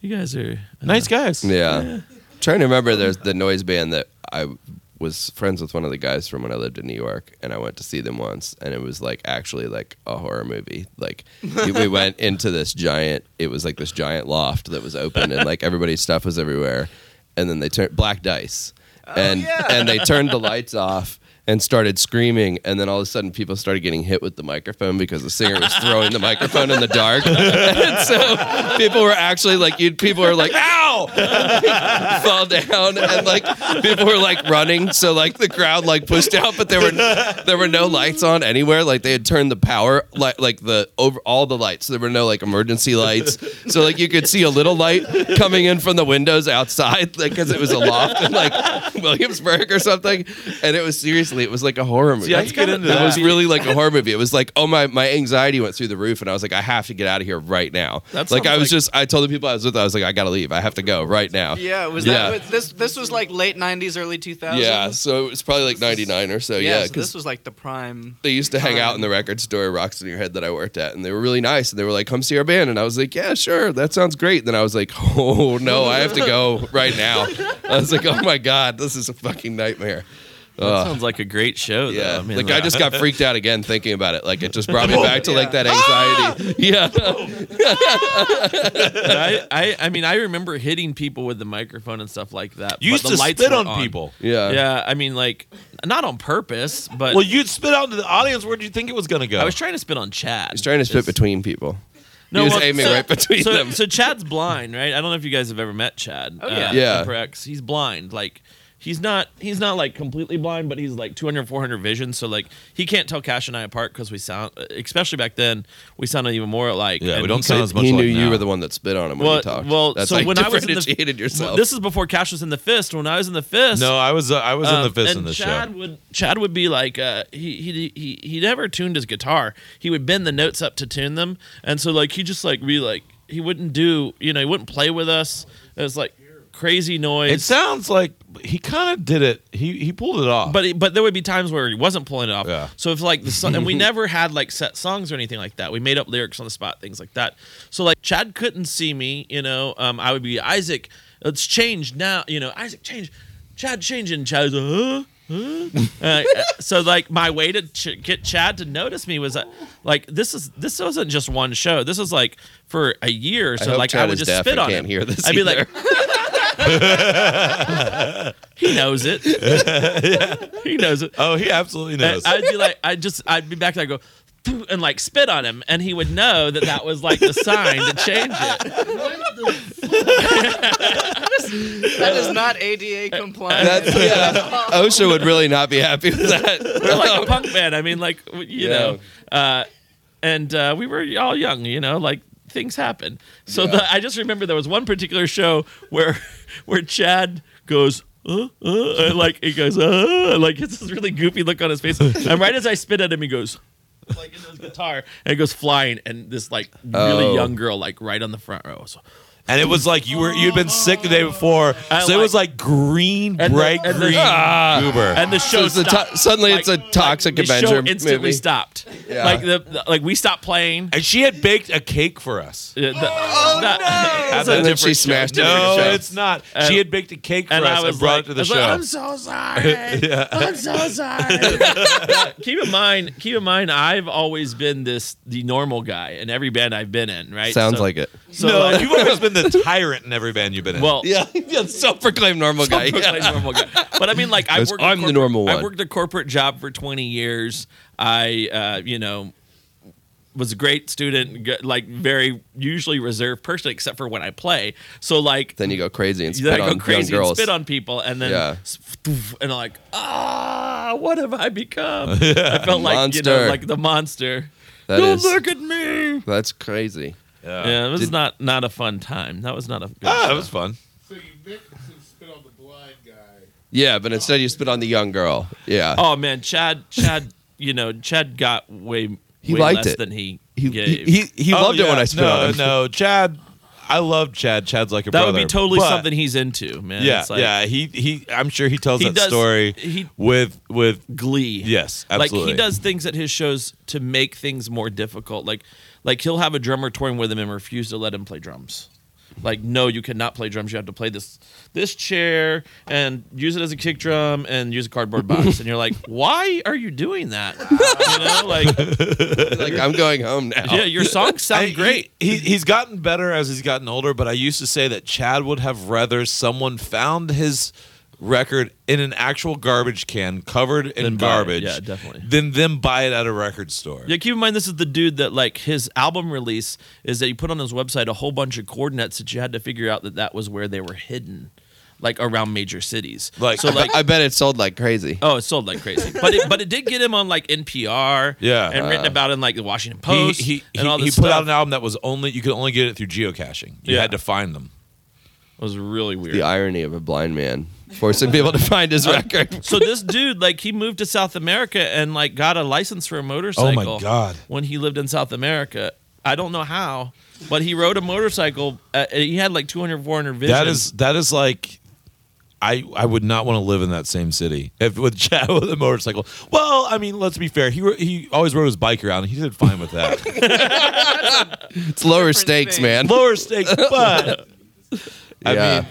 Speaker 4: you guys are uh,
Speaker 3: Nice guys.
Speaker 2: Yeah. Trying to remember there's the noise band that I was friends with one of the guys from when I lived in New York and I went to see them once and it was like actually like a horror movie. Like we went into this giant it was like this giant loft that was open and like everybody's stuff was everywhere and then they turned black dice and and they turned the lights off and started screaming and then all of a sudden people started getting hit with the microphone because the singer was throwing the microphone in the dark and so people were actually like you people were like ow fall down and like people were like running so like the crowd like pushed out but there were there were no lights on anywhere like they had turned the power like like the over all the lights there were no like emergency lights so like you could see a little light coming in from the windows outside like because it was a loft in like williamsburg or something and it was seriously Seriously, it was like a horror movie.
Speaker 3: See, I Let's can get kinda- into
Speaker 2: It was
Speaker 3: that.
Speaker 2: really like a horror movie. It was like, oh my, my anxiety went through the roof, and I was like, I have to get out of here right now.
Speaker 4: That
Speaker 2: like I
Speaker 4: sounds
Speaker 2: was
Speaker 4: like-
Speaker 2: just, I told the people I was with, I was like, I gotta leave. I have to go right now.
Speaker 6: Yeah, was
Speaker 2: Yeah.
Speaker 6: that this? This was like late '90s, early 2000s.
Speaker 2: Yeah, so it was probably like '99 or so. Yeah,
Speaker 6: so
Speaker 2: because
Speaker 6: this was like the prime.
Speaker 2: they used to hang out in the record store, Rocks in Your Head, that I worked at, and they were really nice. And they were like, "Come see our band," and I was like, "Yeah, sure, that sounds great." then I was like, "Oh no, I have to go right now." I was like, "Oh my god, this is a fucking nightmare."
Speaker 4: That sounds like a great show. Though.
Speaker 2: Yeah,
Speaker 4: I mean, Oh,
Speaker 2: like I just got freaked out again thinking about it. Like it just brought me back to like that anxiety. Yeah,
Speaker 4: I, I, I mean, I remember hitting people with the microphone and stuff like that.
Speaker 3: You
Speaker 4: but
Speaker 3: used
Speaker 4: the
Speaker 3: to
Speaker 4: lights
Speaker 3: spit
Speaker 4: were
Speaker 3: on people.
Speaker 2: yeah,
Speaker 4: Yeah, I mean, like not on purpose, but
Speaker 3: Well, you'd spit out into the audience. Where do you think it was going to go?
Speaker 4: I was trying to spit on Chad.
Speaker 2: He's trying to spit
Speaker 4: Just-
Speaker 2: between people. he was aiming
Speaker 4: so-
Speaker 2: right between
Speaker 4: so,
Speaker 2: them.
Speaker 4: So Chad's blind, right? I don't know if you guys have ever met Chad. Oh
Speaker 6: yeah.
Speaker 2: Yeah.
Speaker 4: He's blind. Like he's not he's not like completely blind, but he's like 200 400 vision. So like he can't tell Cash and I apart because we sound, especially back then, we sounded even more like.
Speaker 3: yeah, we
Speaker 4: and he
Speaker 3: don't sound as much
Speaker 2: he
Speaker 3: like
Speaker 2: knew you
Speaker 3: now.
Speaker 2: were the one that spit on him when
Speaker 4: Well,
Speaker 2: he talked.
Speaker 4: well,
Speaker 2: That's
Speaker 4: so
Speaker 2: like
Speaker 4: when I was in the-
Speaker 2: differentiated yourself.
Speaker 4: This is before Cash was in the fist. When I was in the fist,
Speaker 3: No, I was uh, I was in the
Speaker 4: um,
Speaker 3: fist
Speaker 4: and
Speaker 3: in this
Speaker 4: Chad
Speaker 3: show.
Speaker 4: would Chad would be like uh, he he he he never tuned his guitar. He would bend the notes up to tune them, and so like he just like be like he wouldn't do you know he wouldn't play with us. It was like crazy noise.
Speaker 3: It sounds like he kind of did it. He he pulled it off.
Speaker 4: but but there would be times where he wasn't pulling it off.
Speaker 3: Yeah.
Speaker 4: So if like the song, and we never had like set songs or anything like that. We made up lyrics on the spot, things like that. So like Chad couldn't see me, you know. Um, I would be Isaac. Let's change now, you know. Isaac, change. Chad, change, and Chad's like, huh. Huh? Uh, so like my way to ch- get Chad to notice me was uh, like this is this wasn't just one show this is like for a year so
Speaker 2: hope
Speaker 4: like I
Speaker 2: Chad
Speaker 4: would
Speaker 2: is
Speaker 4: just
Speaker 2: deaf
Speaker 4: spit
Speaker 2: and
Speaker 4: on
Speaker 2: can't
Speaker 4: him
Speaker 2: hear this
Speaker 4: I'd be
Speaker 2: either.
Speaker 4: like he knows it he knows it
Speaker 3: oh, he absolutely knows.
Speaker 4: and I'd be like, I'd just, I'd be back there, I'd go, "Phew," and like spit on him, and he would know that that was like the sign to change it.
Speaker 6: That is not ADA compliant.
Speaker 2: That's yeah. OSHA would really not be happy with that.
Speaker 4: We're like a punk band. I mean, like w- you
Speaker 2: Yeah.
Speaker 4: know, uh, and uh, we were all young, you know, like things happen. So the, I just remember there was one particular show where, where Chad goes. Uh, uh, and like he goes, uh, and, like it's this really goofy look on his face, and right as I spit at him, he goes, like into his guitar, and it goes flying, and this like really
Speaker 2: Oh.
Speaker 4: young girl, like right on the front row, so
Speaker 3: and it was like you were you'd been sick the day before,
Speaker 4: I
Speaker 3: so it was like green,
Speaker 4: And the-
Speaker 3: bright
Speaker 4: and the-
Speaker 3: green
Speaker 2: Ah.
Speaker 3: goober.
Speaker 4: and the show
Speaker 2: It's a to-
Speaker 4: stopped.
Speaker 2: suddenly it's a toxic
Speaker 4: the show
Speaker 2: Avenger
Speaker 4: instantly
Speaker 2: movie.
Speaker 4: stopped.
Speaker 2: Yeah.
Speaker 4: Like the, the- like we stopped playing.
Speaker 3: and she had baked a cake for us.
Speaker 4: Uh, the- that- that's a
Speaker 2: Oh, and then
Speaker 4: different
Speaker 2: she
Speaker 4: show.
Speaker 2: smashed it.
Speaker 3: No,
Speaker 2: for the show.
Speaker 3: it's not.
Speaker 4: And-
Speaker 3: she had baked a cake for
Speaker 4: And
Speaker 3: us
Speaker 4: I was
Speaker 3: and brought
Speaker 4: like,
Speaker 3: it to
Speaker 4: I
Speaker 3: the
Speaker 4: was
Speaker 3: show.
Speaker 4: like, I'm so sorry. I'm so sorry. keep in mind, keep in mind, I've always been this the normal guy in every band I've been in. Right?
Speaker 2: sounds
Speaker 4: So-
Speaker 2: like it.
Speaker 4: So
Speaker 3: no,
Speaker 4: like,
Speaker 3: you've always been the tyrant in every band you've been in.
Speaker 4: well,
Speaker 2: Yeah, yeah self-proclaimed normal guy.
Speaker 4: Brooklyn
Speaker 2: Yeah.
Speaker 4: normal guy. But I mean, like I
Speaker 2: Because
Speaker 4: worked.
Speaker 2: I'm the
Speaker 4: corporate-
Speaker 2: normal
Speaker 4: I
Speaker 2: one.
Speaker 4: worked a corporate job for 20 years. I, uh, you know, was a great student, g- like very usually reserved person, except for when I play. So like.
Speaker 2: Then you go crazy and spit
Speaker 4: then I
Speaker 2: on
Speaker 4: go crazy
Speaker 2: young
Speaker 4: and
Speaker 2: girls.
Speaker 4: spit on people, and then
Speaker 2: Yeah.
Speaker 4: s- and I'm like, ah, what have I become? I felt like you know,
Speaker 2: Monster.
Speaker 4: like the monster.
Speaker 2: That
Speaker 4: Don't
Speaker 2: is-
Speaker 4: look at me.
Speaker 2: That's crazy.
Speaker 4: yeah, it was
Speaker 2: Did-
Speaker 4: not not a fun time. That was not a. Good
Speaker 3: ah, it
Speaker 4: show.
Speaker 3: was fun.
Speaker 8: So you basically spit on the blind guy.
Speaker 2: Yeah, but instead you spit on the young girl. Yeah.
Speaker 4: Oh man, Chad, Chad, you know, Chad got way
Speaker 2: He
Speaker 4: way
Speaker 2: liked
Speaker 4: less
Speaker 2: it.
Speaker 4: than he
Speaker 2: he,
Speaker 4: gave.
Speaker 2: he, he, he
Speaker 3: Oh,
Speaker 2: loved it when
Speaker 3: yeah.
Speaker 2: I spit
Speaker 3: no,
Speaker 2: on him.
Speaker 3: No, Chad, I love Chad. Chad's like a
Speaker 4: that
Speaker 3: brother.
Speaker 4: would be totally
Speaker 3: but-
Speaker 4: something he's into, man.
Speaker 3: Yeah,
Speaker 4: It's like
Speaker 3: yeah. He he. I'm sure he tells
Speaker 4: He
Speaker 3: that
Speaker 4: does-
Speaker 3: story
Speaker 4: he-
Speaker 3: with with.
Speaker 4: Glee.
Speaker 3: Yes, absolutely.
Speaker 4: Like he does things at his shows to make things more difficult. Like, like he'll have a drummer touring with him and refuse to let him play drums. Like, no, you cannot play drums. You have to play this this chair and use it as a kick drum and use a cardboard box. and you're like, why are you doing that? you know, like,
Speaker 2: Like I'm going home now.
Speaker 4: yeah, your songs sound
Speaker 3: I- he-
Speaker 4: great.
Speaker 3: He, he's gotten better as he's gotten older, but I used to say that Chad would have rather someone found his record in an actual garbage can covered in
Speaker 4: Than buy it.
Speaker 3: garbage
Speaker 4: Yeah, definitely.
Speaker 3: than them buy it at a record store.
Speaker 4: Yeah, keep in mind this is the dude that like his album release is that he put on his website a whole bunch of coordinates that you had to figure out that that was where they were hidden, like around major cities.
Speaker 3: Like-
Speaker 4: so, like
Speaker 2: I bet it sold like crazy.
Speaker 4: oh, it sold like crazy, but it but it did get him on like NPR,
Speaker 3: Yeah. Uh,
Speaker 4: and written about in like the Washington
Speaker 3: He,
Speaker 4: Post.
Speaker 3: he, he,
Speaker 4: and all
Speaker 3: he
Speaker 4: this
Speaker 3: put
Speaker 4: stuff.
Speaker 3: out an album that was only you could only get it through geocaching. You
Speaker 4: Yeah.
Speaker 3: had to find them.
Speaker 4: It was really weird.
Speaker 2: The irony of a blind man forcing people to find his record.
Speaker 4: so this dude, like, he moved to South America and like got a license for a motorcycle.
Speaker 3: Oh my god.
Speaker 4: When he lived in South America, I don't know how, but he rode a motorcycle. Uh, he had like 200, 400 vision.
Speaker 3: That is that is like I I would not want to live in that same city if with Chad with a motorcycle. Well, I mean, let's be fair. He ro- he always rode his bike around. and He did fine with that.
Speaker 2: It's lower
Speaker 9: Different
Speaker 2: stakes,
Speaker 9: thing.
Speaker 2: man.
Speaker 3: Lower stakes, but I
Speaker 2: yeah.
Speaker 3: mean,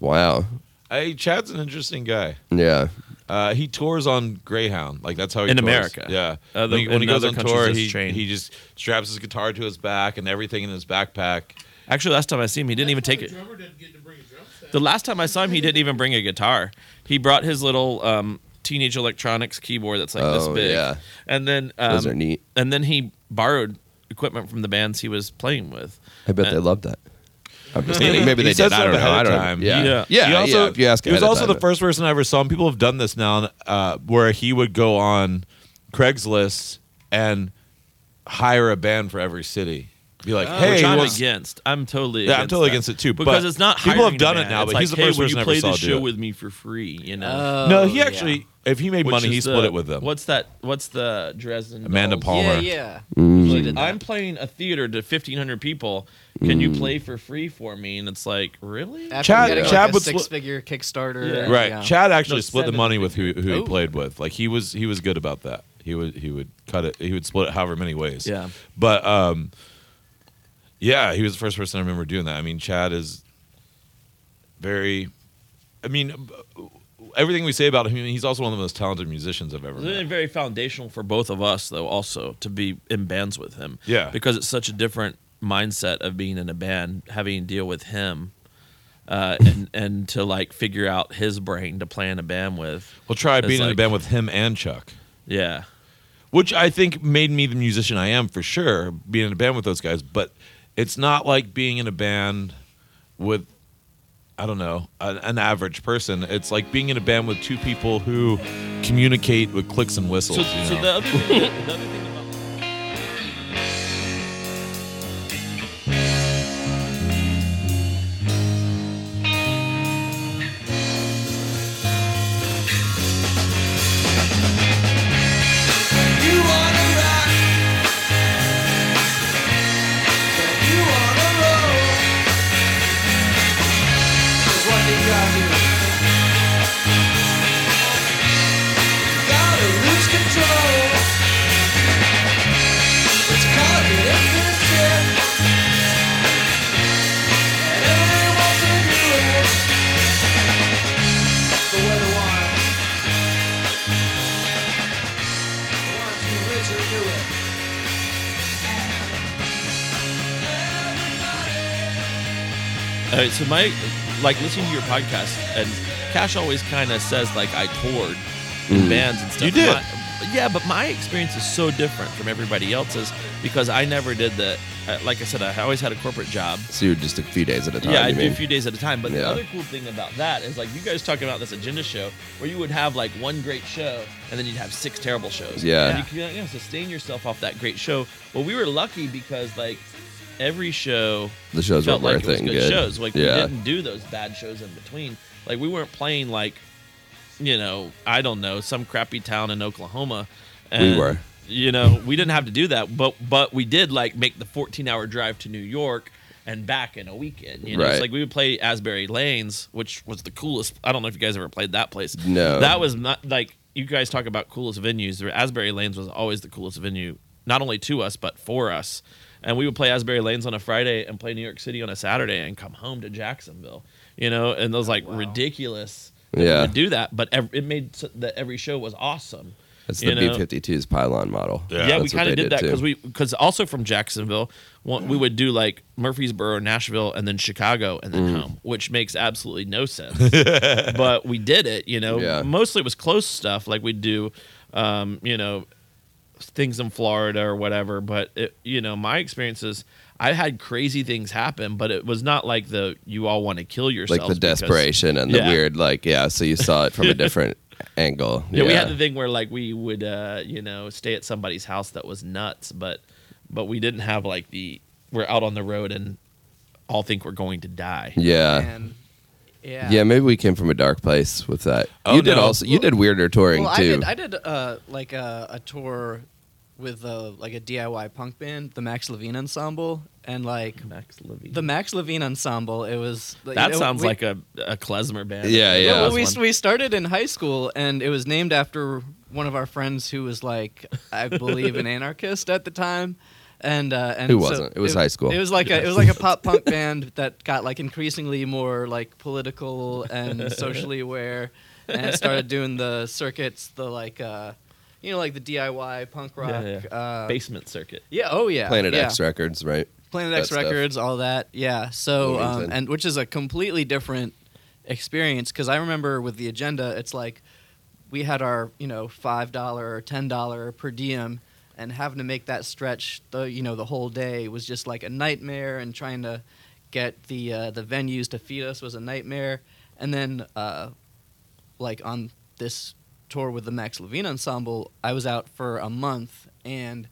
Speaker 2: wow.
Speaker 3: hey, Chad's an interesting guy.
Speaker 2: Yeah.
Speaker 3: Uh, he tours on Greyhound, like that's how he
Speaker 4: In
Speaker 3: tours.
Speaker 4: America.
Speaker 3: Yeah,
Speaker 4: Other-
Speaker 3: when he, when he
Speaker 4: in
Speaker 3: goes
Speaker 4: other
Speaker 3: on
Speaker 4: countries,
Speaker 3: tour,
Speaker 4: it's
Speaker 3: he
Speaker 4: train.
Speaker 3: he just straps his guitar to his back and everything in his backpack.
Speaker 4: Actually, last time I see him, he didn't even take
Speaker 8: The
Speaker 4: it.
Speaker 8: drummer didn't get to bring a drum set.
Speaker 4: The last time I saw him, he didn't even bring a guitar. He brought his little um, teenage electronics keyboard that's like this
Speaker 2: Oh,
Speaker 4: big.
Speaker 2: yeah.
Speaker 4: And then um,
Speaker 2: Those are neat.
Speaker 4: And then he borrowed equipment from the bands he was playing with.
Speaker 2: I bet
Speaker 4: Uh,
Speaker 2: they loved that. I'm just
Speaker 3: He-
Speaker 2: kidding. Maybe
Speaker 3: he
Speaker 2: they
Speaker 3: says
Speaker 2: did. I
Speaker 3: that
Speaker 2: don't know.
Speaker 3: ahead
Speaker 2: I
Speaker 3: of
Speaker 2: don't
Speaker 3: time.
Speaker 2: know. Yeah.
Speaker 4: Yeah.
Speaker 2: Yeah.
Speaker 3: He
Speaker 2: Yeah.
Speaker 3: also-
Speaker 2: if you ask
Speaker 3: he was
Speaker 2: ahead of
Speaker 3: also
Speaker 2: time,
Speaker 3: the first person I ever saw, and people have done this now, uh, where he would go on Craigslist and hire a band for every city. Be like, hey,
Speaker 4: which
Speaker 3: he
Speaker 4: I'm
Speaker 3: wants-
Speaker 4: against. I'm totally.
Speaker 3: Yeah, I'm
Speaker 4: against
Speaker 3: totally
Speaker 4: that.
Speaker 3: against it too, but
Speaker 4: Because it's not.
Speaker 3: people
Speaker 4: hiring
Speaker 3: have done
Speaker 4: a
Speaker 3: it
Speaker 4: band.
Speaker 3: now,
Speaker 4: It's
Speaker 3: but
Speaker 4: like,
Speaker 3: he's the
Speaker 4: hey,
Speaker 3: first
Speaker 4: will
Speaker 3: person I
Speaker 4: you
Speaker 3: ever
Speaker 4: play
Speaker 3: saw
Speaker 4: the
Speaker 3: do
Speaker 4: show
Speaker 3: it.
Speaker 4: with me for free? You know.
Speaker 3: no,
Speaker 6: Oh,
Speaker 3: he
Speaker 6: yeah.
Speaker 3: actually, if he made
Speaker 4: Which
Speaker 3: money,
Speaker 4: is
Speaker 3: he
Speaker 4: the-
Speaker 3: split it with them.
Speaker 4: What's that? What's the Dresden?
Speaker 3: Amanda
Speaker 4: Dolls?
Speaker 3: Palmer.
Speaker 6: Yeah, yeah. Usually did that.
Speaker 4: I'm playing a theater to 1,500 people. Can you play for free for me? And it's like, really?
Speaker 6: After
Speaker 3: Chad-
Speaker 6: getting
Speaker 3: Chad
Speaker 6: like a
Speaker 3: would sli-
Speaker 6: six-figure Kickstarter,
Speaker 4: Yeah.
Speaker 3: Right.
Speaker 6: yeah.
Speaker 3: Chad actually
Speaker 4: No,
Speaker 3: split the
Speaker 4: seven
Speaker 3: money with who who he
Speaker 6: Ooh.
Speaker 3: played with. Like he was he was good about that. He would he would cut it. He would split it however many ways.
Speaker 4: Yeah.
Speaker 3: But um, yeah, he was the first person I remember doing that. I mean, Chad is very. I mean, everything we say about him, he's also one of the most talented musicians I've ever
Speaker 4: It's
Speaker 3: met.
Speaker 4: very foundational for both of us, though, also to be in bands with him.
Speaker 3: Yeah.
Speaker 4: Because it's such a different mindset of being in a band, having to deal with him, uh, and and to like figure out his brain to play in a band with.
Speaker 3: Well, try
Speaker 4: It's
Speaker 3: being in a
Speaker 4: like-
Speaker 3: band with him and Chuck.
Speaker 4: Yeah.
Speaker 3: which I think made me the musician I am for sure, being in a band with those guys. But it's not like being in a band with, I don't know, an, an average person. It's like being in a band with two people who communicate with clicks and whistles.
Speaker 4: So,
Speaker 3: you
Speaker 4: so
Speaker 3: know?
Speaker 4: the other thing, the other thing about All right, so my like listening to your podcast and Cash always kind of says like I toured in
Speaker 2: Mm.
Speaker 4: bands and stuff.
Speaker 3: You did.
Speaker 4: My- yeah, but my experience is so different from everybody else's because I never did the. uh, Like I said, I always had a corporate job.
Speaker 2: So you're just a few days at a time.
Speaker 4: Yeah, I
Speaker 2: Oh, you
Speaker 4: do
Speaker 2: mean.
Speaker 4: a few days at a time. But the
Speaker 2: Yeah.
Speaker 4: other cool thing about that is like you guys talking about this agenda show where you would have like one great show and then you'd have six terrible shows.
Speaker 2: Yeah.
Speaker 4: And you can you know, sustain yourself off that great show. Well, we were lucky because like every show
Speaker 2: The shows
Speaker 4: felt
Speaker 2: were
Speaker 4: like
Speaker 2: worth
Speaker 4: it was
Speaker 2: it and
Speaker 4: good,
Speaker 2: good.
Speaker 4: shows. Like
Speaker 2: Yeah.
Speaker 4: we didn't do those bad shows in between. Like we weren't playing like you know I don't know some crappy town in Oklahoma. And,
Speaker 2: were.
Speaker 4: You know we didn't have to do that, but but we did like make the 14 hour drive to New York and back in a weekend. You know, it's
Speaker 2: Right.
Speaker 4: like we would play Asbury Lanes, which was the coolest. I don't know if you guys ever played that place.
Speaker 2: No.
Speaker 4: that was not like you guys talk about coolest venues. Asbury Lanes was always the coolest venue, not only to us but for us. And we would play Asbury Lanes on a Friday and play New York City on a Saturday and come home to Jacksonville. You know, and those like ridiculous. that we
Speaker 2: Yeah.
Speaker 4: would do that, but ev- it made so that every show was awesome.
Speaker 2: That's
Speaker 4: you
Speaker 2: the
Speaker 4: know?
Speaker 2: B-52's pylon model.
Speaker 4: Yeah, we
Speaker 2: That's what
Speaker 4: kind of
Speaker 2: they
Speaker 4: did that
Speaker 2: too.
Speaker 4: because we because also from Jacksonville, one- we would do like Murfreesboro, Nashville, and then Chicago, and then
Speaker 2: Mm.
Speaker 4: home, which makes absolutely no sense. but we did it, you know.
Speaker 2: Yeah.
Speaker 4: Mostly it was close stuff, like we'd do, um, you know, things in Florida or whatever. But it, you know, my experiences, I had crazy things happen, but it was not like the you all want to kill yourselves,
Speaker 2: like the
Speaker 4: because-
Speaker 2: desperation and the
Speaker 4: Yeah.
Speaker 2: weird like yeah so you saw it from a different angle
Speaker 4: Yeah, we had the thing where like we would uh, you know stay at somebody's house that was nuts, but but we didn't have like the we're out on the road and all think we're going to die.
Speaker 2: Yeah.
Speaker 6: and yeah,
Speaker 2: Yeah, maybe we came from a dark place with that.
Speaker 3: Oh,
Speaker 2: you did
Speaker 3: no.
Speaker 2: also you did weirder touring
Speaker 6: Well, I
Speaker 2: too.
Speaker 6: did. I did uh, like a, a tour with uh like a DIY punk band, the Max Levine Ensemble, and like
Speaker 4: Max Levine.
Speaker 6: the Max Levine Ensemble. It was
Speaker 4: that sounds
Speaker 6: like
Speaker 4: like a, a klezmer band.
Speaker 2: Yeah, yeah.
Speaker 6: Well,
Speaker 2: That's
Speaker 6: we, we started in high school, and it was named after one of our friends who was like, I believe, an anarchist at the time. And, uh, and
Speaker 2: Who
Speaker 6: so
Speaker 2: wasn't? It was high school.
Speaker 6: It was like a it was like a pop punk band that got like increasingly more like political and socially aware, and started doing the circuits, the like, uh, you know, like the DIY punk rock.
Speaker 4: Yeah, yeah.
Speaker 6: Uh,
Speaker 4: Basement circuit.
Speaker 6: yeah, oh yeah,
Speaker 2: Planet
Speaker 6: yeah.
Speaker 2: X Records, right?
Speaker 6: Planet
Speaker 2: that
Speaker 6: X
Speaker 2: stuff.
Speaker 6: Records, all that. Yeah. So,
Speaker 2: New
Speaker 6: um,
Speaker 2: England.
Speaker 6: and which is a completely different experience because I remember with the agenda, it's like we had our, you know, $5 or $10 per diem and having to make that stretch the, you know, the whole day was just like a nightmare and trying to get the, uh, the venues to feed us was a nightmare. And then, uh, like on this tour with the Max Levine Ensemble, I was out for a month and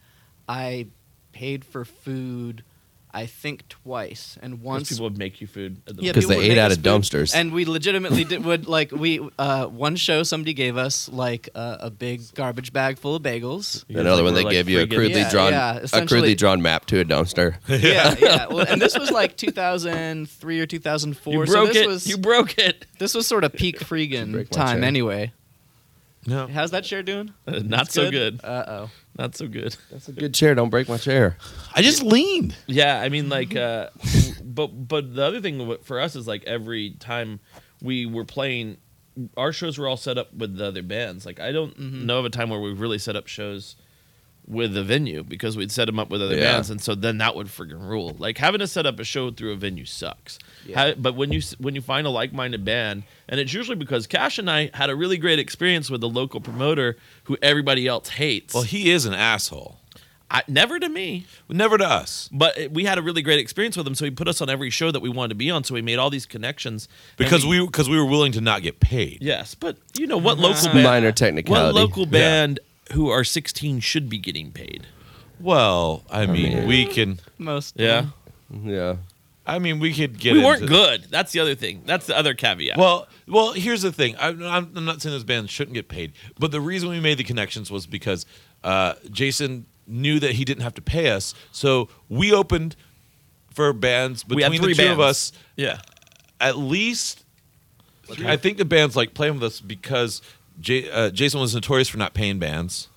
Speaker 6: I paid for food, I think twice, and
Speaker 4: Once
Speaker 6: once
Speaker 4: people would make you food. At the
Speaker 6: Yeah,
Speaker 2: 'Cause
Speaker 6: people
Speaker 2: they
Speaker 6: would
Speaker 2: ate
Speaker 6: make
Speaker 2: out
Speaker 6: us
Speaker 2: of
Speaker 6: food,
Speaker 2: dumpsters.
Speaker 6: and we legitimately did would like we uh, one show somebody gave us like a a big garbage bag full of bagels.
Speaker 4: You guys,
Speaker 2: Another
Speaker 4: like,
Speaker 2: one
Speaker 4: were,
Speaker 2: they
Speaker 4: like,
Speaker 2: gave you a
Speaker 4: friggin-
Speaker 2: crudely
Speaker 6: Yeah,
Speaker 2: drawn
Speaker 6: yeah,
Speaker 2: a crudely
Speaker 6: essentially-
Speaker 2: drawn map to a dumpster.
Speaker 6: Yeah, yeah. Well, and this was like 2003 or 2004.
Speaker 4: You
Speaker 6: so
Speaker 4: broke
Speaker 6: this
Speaker 4: it.
Speaker 6: was
Speaker 4: You broke it.
Speaker 6: this was sort of peak
Speaker 2: break
Speaker 6: Freegan
Speaker 2: my
Speaker 6: time
Speaker 2: chair.
Speaker 6: anyway.
Speaker 3: No.
Speaker 6: How's that share doing?
Speaker 4: Not so good.
Speaker 6: Uh oh.
Speaker 4: Not so good.
Speaker 2: That's a good chair. Don't break my chair.
Speaker 3: I just leaned.
Speaker 4: Yeah, I mean, like, uh, w- but but the other thing w- for us is like every time we were playing, our shows were all set up with the other bands. Like, I don't know of a time where we really set up shows with the venue because we'd set them up with other
Speaker 2: Yeah.
Speaker 4: bands, and so then that would friggin' rule. Like having to set up a show through a venue sucks.
Speaker 6: Yeah.
Speaker 4: How- but when you s- when you find a like-minded band, and it's usually because Cash and I had a really great experience with the local promoter who everybody else hates.
Speaker 3: Well, he is an asshole.
Speaker 4: I, never to me.
Speaker 3: Never to us.
Speaker 4: But it- we had a really great experience with him, so he put us on every show that we wanted to be on. So we made all these connections and
Speaker 3: Because we because we were willing to not get paid.
Speaker 4: yes, but you know what local band,
Speaker 2: Minor
Speaker 4: what
Speaker 2: technicality.
Speaker 4: local band who are sixteen should be getting paid.
Speaker 3: Well, I mean,
Speaker 2: mean-
Speaker 3: we can.
Speaker 6: Most
Speaker 2: Yeah.
Speaker 3: I mean, we could get.
Speaker 4: we weren't
Speaker 3: into-
Speaker 4: good. That's the other thing. That's the other caveat.
Speaker 3: Well, well, here's the thing. I'm, I'm I'm not saying those bands shouldn't get paid, but the reason we made the connections was because uh, Jason knew that he didn't have to pay us, so we opened for bands
Speaker 4: we had
Speaker 3: between
Speaker 4: three
Speaker 3: the two
Speaker 4: bands.
Speaker 3: of us.
Speaker 4: Yeah,
Speaker 3: At least, I think the bands like playing with us because J- uh, Jason was notorious for not paying bands,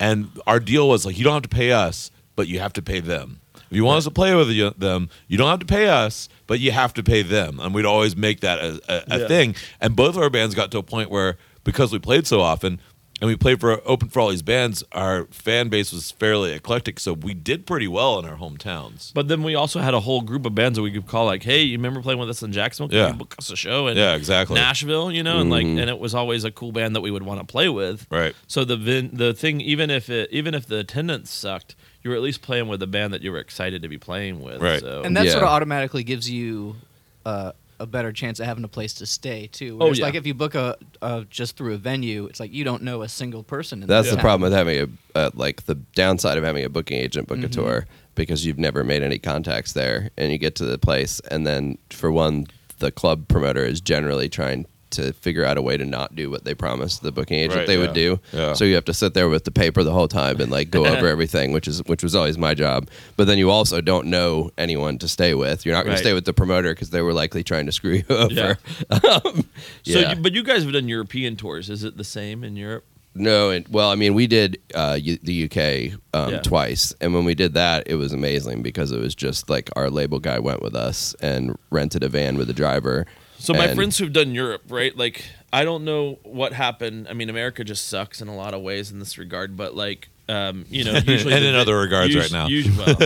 Speaker 3: and our deal was like, you don't have to pay us, but you have to pay them. If you want us to play with you, them, you don't have to pay us, but you have to pay them. And we'd always make that a, a, a
Speaker 4: Yeah.
Speaker 3: thing. And both of our bands got to a point where because we played so often and we played for open for all these bands, our fan base was fairly eclectic. So we did pretty well in our hometowns.
Speaker 4: but then we also had a whole group of bands that we could call like, "Hey, you remember playing with us in Jacksonville? Can
Speaker 3: Yeah.
Speaker 4: you book us a show." And
Speaker 3: Yeah, exactly.
Speaker 4: Nashville, you know, and like, and it was always a cool band that we would want to play with.
Speaker 3: Mm-hmm. Right.
Speaker 4: So the vin- the thing, even if it, even if the attendance sucked, you were at least playing with a band that you were excited to be playing with.
Speaker 3: Right.
Speaker 4: So.
Speaker 6: and that
Speaker 2: Yeah.
Speaker 6: sort of automatically gives you uh, a better chance of having a place to stay too.
Speaker 4: Oh,
Speaker 6: Whereas,
Speaker 4: yeah.
Speaker 6: like if you book a, a just through a venue, it's like you don't know a single person. In
Speaker 2: That's
Speaker 6: town.
Speaker 2: the problem with having a uh, like the downside of having a booking agent book a tour because you've never made any contacts there, and you get to the place, and then for one, the club promoter is generally trying to figure out a way to not do what they promised the booking agent
Speaker 3: Right,
Speaker 2: they
Speaker 3: yeah,
Speaker 2: would do.
Speaker 3: yeah.
Speaker 2: So you have to sit there with the paper the whole time and like go over everything, which is which was always my job. But then you also don't know anyone to stay with. You're not going
Speaker 4: Right.
Speaker 2: to stay with the promoter because they were likely trying to screw you over.
Speaker 4: Yeah. So,
Speaker 2: Yeah.
Speaker 4: you, but you guys have done European tours. Is it the same in Europe?
Speaker 2: No, and well, I mean, we did uh, U- the UK um,
Speaker 4: Yeah.
Speaker 2: twice, and when we did that, it was amazing because it was just like our label guy went with us and rented a van with a driver.
Speaker 4: So my
Speaker 2: and-
Speaker 4: friends who've done Europe, right? Like I don't know what happened. I mean, America just sucks in a lot of ways in this regard, but like um, you know, usually
Speaker 3: And
Speaker 4: the
Speaker 3: in
Speaker 4: vi-
Speaker 3: other regards
Speaker 4: us-
Speaker 3: right now.
Speaker 4: us- well,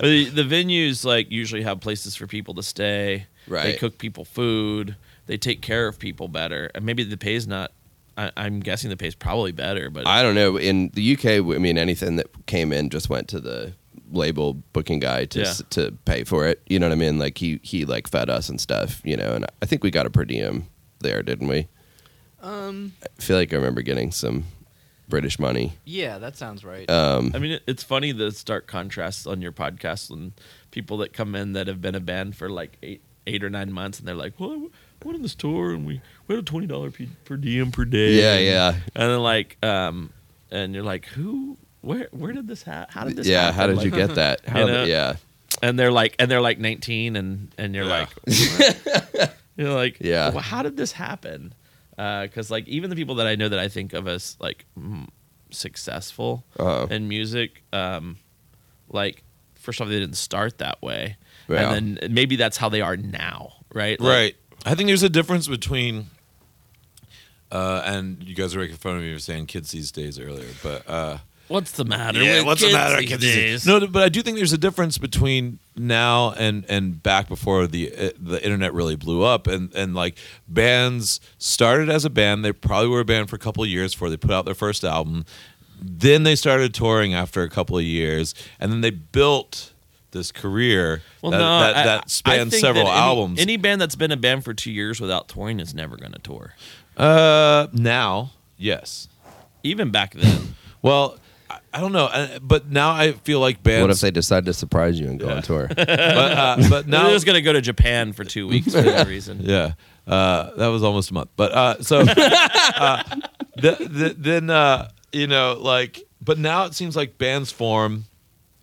Speaker 4: the, the venues like usually have places for people to stay. They
Speaker 2: Right.
Speaker 4: cook people food. They take care of people better. And maybe the pay's not I, I'm guessing the pay's probably better, but
Speaker 2: I don't know. In the UK, I mean, anything that came in just went to the label booking guy to
Speaker 4: Yeah.
Speaker 2: s- to pay for it. You know what I mean? Like he he like fed us and stuff. You know, and I think we got a per diem there, didn't we? Um, I feel like I remember getting some British money.
Speaker 6: Yeah, that sounds right.
Speaker 2: Um,
Speaker 4: I mean, it- it's funny the stark contrasts on your podcast and people that come in that have been a band for like eight, eight or nine months, and they're like, "Well, I went on this tour and we we had a twenty dollar per diem per day."
Speaker 2: yeah, yeah.
Speaker 4: And then like, um, and you're like, "Who? Where? Where did this? Ha- how did this?
Speaker 2: yeah,
Speaker 4: happen?"
Speaker 2: how did
Speaker 4: Like,
Speaker 2: you get that? How
Speaker 4: You
Speaker 2: did-
Speaker 4: know?
Speaker 2: yeah.
Speaker 4: And they're like, and they're like nineteen, and and you're like, "What?" you're like,
Speaker 2: Yeah.
Speaker 4: "Well, how did this happen? Because like even the people that I know that I think of as like mm, successful
Speaker 2: Uh-huh.
Speaker 4: in music, um, like first off they didn't start that way,
Speaker 2: Yeah.
Speaker 4: and then maybe that's how they are now, right? Like,
Speaker 3: Right. I think there's a difference between, uh, and you guys are making fun of me for saying kids these days earlier, but uh,
Speaker 4: What's the matter?
Speaker 3: yeah,
Speaker 4: with
Speaker 3: what's
Speaker 4: kids
Speaker 3: the matter with
Speaker 4: these
Speaker 3: kids these days?
Speaker 4: days?
Speaker 3: No, but I do think there's a difference between now and and back before the uh, the internet really blew up, and and like bands started as a band. They probably were a band for a couple of years before they put out their first album. Then they started touring after a couple of years, and then they built this career
Speaker 4: Well,
Speaker 3: that,
Speaker 4: no,
Speaker 3: that,
Speaker 4: I-
Speaker 3: that
Speaker 4: I
Speaker 3: spans
Speaker 4: think
Speaker 3: several
Speaker 4: that any-
Speaker 3: albums.
Speaker 4: Any band that's been a band for two years without touring is never going to tour.
Speaker 3: Uh, now, yes.
Speaker 4: Even back then,
Speaker 3: Well, I, I don't know, uh, but now I feel like bands.
Speaker 2: What if they decide to surprise you and go on tour?
Speaker 3: But, uh, but
Speaker 4: no,
Speaker 3: now,
Speaker 4: they're just going to go to Japan for two weeks for that reason.
Speaker 3: yeah, uh, that was almost a month. But uh, so uh, the, the, then uh, you know, like, but now it seems like bands form.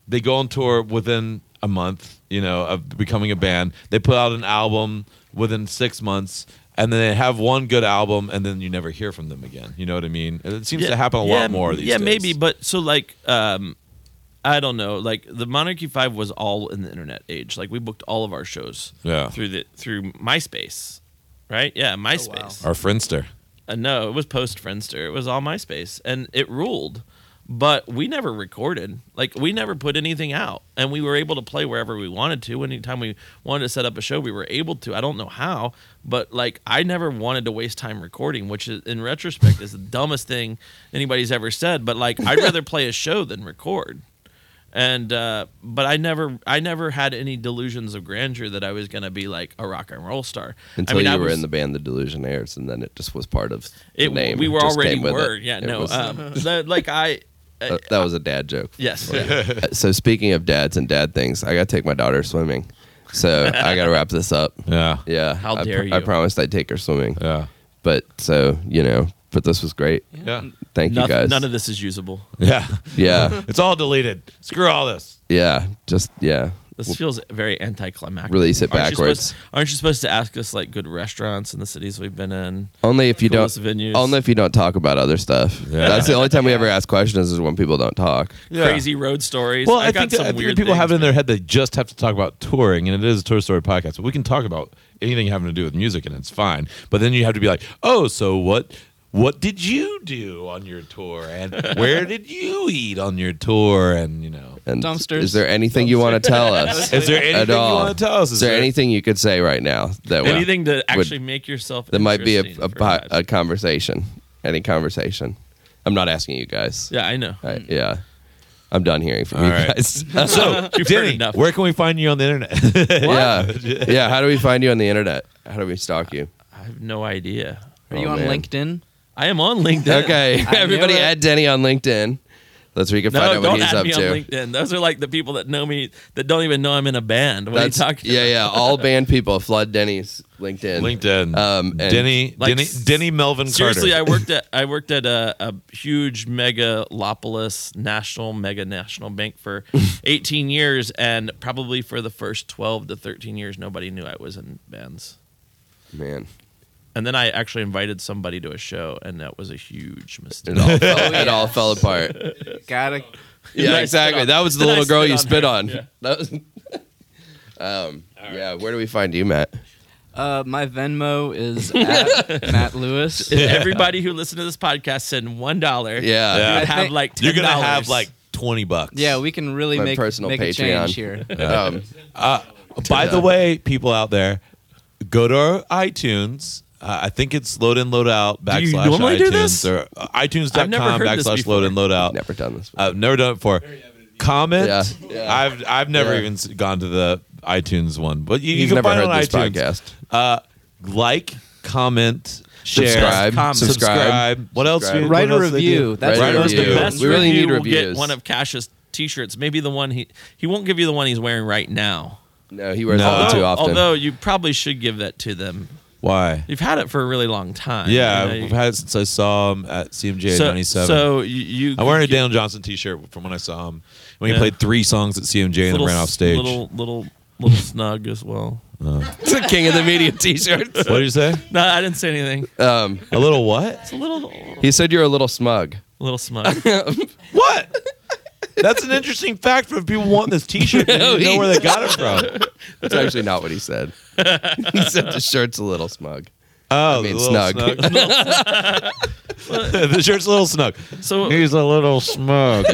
Speaker 3: They go on tour within a month, you know, of becoming a band. They put out an album within six months. And then they have one good album, and then you never hear from them again. You know what I mean? It seems to happen a
Speaker 4: yeah,
Speaker 3: lot more these
Speaker 4: yeah,
Speaker 3: days.
Speaker 4: maybe, but so like um I don't know, like the Monarchy 5 was all in the internet age. Like we booked all of our shows
Speaker 3: Yeah.
Speaker 4: through the through MySpace. Right? Yeah, MySpace.
Speaker 3: Our Friendster.
Speaker 4: Uh, no, it was post Friendster. It was all MySpace and it ruled. But we never recorded. Like we never put anything out. And we were able to play wherever we wanted to. Anytime we wanted to set up a show, we were able to. I don't know how, but like I never wanted to waste time recording, which is, in retrospect is the dumbest thing anybody's ever said, but like I'd rather play a show than record and uh, but I never I never had any delusions of grandeur that I was gonna be like a rock and roll star
Speaker 2: Until
Speaker 4: I mean,
Speaker 2: you
Speaker 4: I
Speaker 2: were
Speaker 4: was,
Speaker 2: in the band The Delusionaires, and then it just was part of the
Speaker 4: it,
Speaker 2: name.
Speaker 4: we
Speaker 2: It
Speaker 4: were
Speaker 2: just
Speaker 4: already
Speaker 2: came with
Speaker 4: were
Speaker 2: it.
Speaker 4: yeah
Speaker 2: It
Speaker 4: no
Speaker 2: was-
Speaker 4: um, the- like I uh,
Speaker 2: that- that was a dad joke. Uh,
Speaker 4: yes
Speaker 2: So speaking of dads and dad things, I gotta take my daughter swimming. So I gotta wrap this up.
Speaker 3: Yeah.
Speaker 2: Yeah.
Speaker 4: How
Speaker 2: I
Speaker 4: dare
Speaker 2: I
Speaker 4: you.
Speaker 2: promised I'd take her swimming.
Speaker 3: Yeah.
Speaker 2: But so you know, but this was great.
Speaker 3: Yeah.
Speaker 2: Thank you
Speaker 4: Noth-
Speaker 2: guys.
Speaker 4: none of this is usable
Speaker 3: Yeah.
Speaker 2: yeah,
Speaker 3: It's all deleted. Screw all this.
Speaker 2: yeah, just yeah.
Speaker 4: this feels very anticlimactic
Speaker 2: Release it
Speaker 4: aren't you,
Speaker 2: backwards.
Speaker 4: supposed, aren't you supposed to ask us like good restaurants in the cities we've been in
Speaker 2: Only if you don't.
Speaker 4: Coolest venues.
Speaker 2: Only if you don't talk about other stuff.
Speaker 3: Yeah.
Speaker 2: That's the only time we ever ask questions is when people don't talk.
Speaker 4: crazy road stories
Speaker 3: Well,
Speaker 4: I've
Speaker 3: I,
Speaker 4: got
Speaker 3: think, that,
Speaker 4: some
Speaker 3: I think that
Speaker 4: weird
Speaker 3: people have it
Speaker 4: things.
Speaker 3: in their head they just have to talk about touring, and it is a tour story podcast. But we can talk about anything having to do with music, and it's fine. But then you have to be like, oh, so what? What did you do on your tour, and where did you eat on your tour? And you know,
Speaker 2: And
Speaker 6: Dumpsters.
Speaker 2: Is there anything you want to tell us?
Speaker 3: is there anything you
Speaker 2: all.
Speaker 3: want to tell us?
Speaker 2: Is there anything you could say right now that would-
Speaker 4: anything
Speaker 2: would-
Speaker 4: to actually make yourself
Speaker 2: that might be a
Speaker 4: interesting
Speaker 2: a,
Speaker 4: for
Speaker 2: po-
Speaker 4: lives.
Speaker 2: a conversation? Any conversation? I'm not asking you guys.
Speaker 4: yeah I know
Speaker 2: I- yeah. I'm done hearing from
Speaker 3: All
Speaker 2: you
Speaker 3: right.
Speaker 2: guys.
Speaker 3: So,
Speaker 4: You've heard
Speaker 3: Denny,
Speaker 4: enough.
Speaker 3: where can we find you on the internet?
Speaker 2: yeah. Yeah. How do we find you on the internet? How do we stalk you?
Speaker 4: I have no idea
Speaker 6: Are you
Speaker 2: oh,
Speaker 6: on
Speaker 2: man.
Speaker 6: LinkedIn?
Speaker 4: I am on LinkedIn
Speaker 2: Okay.
Speaker 6: I knew
Speaker 2: Everybody
Speaker 6: it.
Speaker 2: add Denny on LinkedIn. That's where you can find
Speaker 4: No,
Speaker 2: out what
Speaker 4: don't
Speaker 2: he's
Speaker 4: add
Speaker 2: up
Speaker 4: me
Speaker 2: to.
Speaker 4: on LinkedIn. Those are like the people that know me that don't even know I'm in a band. What
Speaker 2: That's,
Speaker 4: are you talking
Speaker 2: yeah,
Speaker 4: about?
Speaker 2: yeah. All banned people flood Denny's LinkedIn. Um,
Speaker 3: LinkedIn, um,
Speaker 2: and-
Speaker 3: Denny,
Speaker 4: Like,
Speaker 3: Denny, Denny Melvin
Speaker 4: Seriously, I
Speaker 3: Carter.
Speaker 4: worked at I worked at a, a huge megalopolis national mega national bank for 18 years, and probably for the first 12 to 13 years, nobody knew I was in bands.
Speaker 2: Man,
Speaker 4: And then I actually invited somebody to a show, and that was a huge mistake.
Speaker 2: it all, fell,
Speaker 4: Oh,
Speaker 2: it all fell apart.
Speaker 6: Gotta
Speaker 2: Yeah,
Speaker 4: I spit
Speaker 2: exactly.
Speaker 4: on-
Speaker 2: That was the
Speaker 4: did I
Speaker 2: little girl
Speaker 4: spit
Speaker 2: you
Speaker 4: on
Speaker 2: spit on.
Speaker 4: her? Yeah.
Speaker 2: That was. um, Yeah. Where do we find you, Matt?
Speaker 6: Uh, my Venmo is at Matt Lewis.
Speaker 4: Everybody who listened to this podcast send one dollar.
Speaker 2: Yeah.
Speaker 4: you
Speaker 3: Yeah.
Speaker 4: would
Speaker 6: I
Speaker 4: have
Speaker 6: think-
Speaker 4: like $10.
Speaker 3: You're gonna have like twenty bucks.
Speaker 6: Yeah, we can really
Speaker 2: My
Speaker 6: make
Speaker 2: personal
Speaker 6: make a
Speaker 2: Patreon.
Speaker 6: change here.
Speaker 2: Um,
Speaker 3: Uh, By the
Speaker 2: Yeah.
Speaker 3: way, people out there, go to our iTunes. Uh, I think it's load in, load out, backslash
Speaker 4: Do you normally
Speaker 3: iTunes
Speaker 4: do this?
Speaker 3: or uh,
Speaker 4: I've never
Speaker 3: iTunes.com
Speaker 4: heard this
Speaker 3: backslash load in, load out.
Speaker 2: never done this. Before.
Speaker 3: I've never done it before. Comment.
Speaker 2: Yeah, yeah.
Speaker 3: I've I've never
Speaker 2: Yeah.
Speaker 3: even s- gone to the iTunes one, but you, you
Speaker 2: You've
Speaker 3: can
Speaker 2: never
Speaker 3: find
Speaker 2: heard
Speaker 3: it on
Speaker 2: this podcast.
Speaker 3: iTunes. Uh, like, comment, share,
Speaker 2: Subscribe.
Speaker 3: comment,
Speaker 2: Subscribe.
Speaker 3: subscribe. What else?
Speaker 2: Subscribe.
Speaker 3: do-
Speaker 6: Write
Speaker 3: what
Speaker 6: a
Speaker 3: else they do?
Speaker 6: review. That's
Speaker 2: Write
Speaker 6: the
Speaker 2: a
Speaker 6: most
Speaker 2: review.
Speaker 6: important.
Speaker 4: Best
Speaker 2: We really
Speaker 4: review
Speaker 2: need
Speaker 4: will get
Speaker 2: reviews.
Speaker 4: one of Cash's t-shirts, maybe the one he he won't give you the one he's wearing right now.
Speaker 2: No, he wears
Speaker 3: No.
Speaker 2: that one too
Speaker 4: Although-
Speaker 2: often.
Speaker 4: Although you probably should give that to them.
Speaker 3: Why?
Speaker 4: You've had it for a really long time.
Speaker 3: Yeah,
Speaker 4: You know,
Speaker 3: I've had it since I saw him at CMJ
Speaker 4: so,
Speaker 3: '97.
Speaker 4: So you, you
Speaker 3: I'm wearing a Daniel Johnson T-shirt from when I saw him when he
Speaker 4: Yeah.
Speaker 3: played three songs at CMJ and then
Speaker 4: little
Speaker 3: ran off
Speaker 4: s-
Speaker 3: stage.
Speaker 4: Little little little snug as well.
Speaker 2: it's a king of the media T-shirt.
Speaker 3: What did you say?
Speaker 4: No, I didn't say anything.
Speaker 2: Um,
Speaker 3: A little what?
Speaker 4: It's a little
Speaker 2: he said you're a little smug.
Speaker 4: little smug.
Speaker 3: What? That's an interesting fact for people wanting this T-shirt. They
Speaker 2: No,
Speaker 3: didn't know
Speaker 2: he-
Speaker 3: where they got it from.
Speaker 2: That's actually not what he said. he said the shirt's a little smug.
Speaker 3: Oh,
Speaker 2: I mean,
Speaker 3: the little
Speaker 2: snug.
Speaker 3: the shirt's a little snug.
Speaker 4: So
Speaker 3: He's a little smug.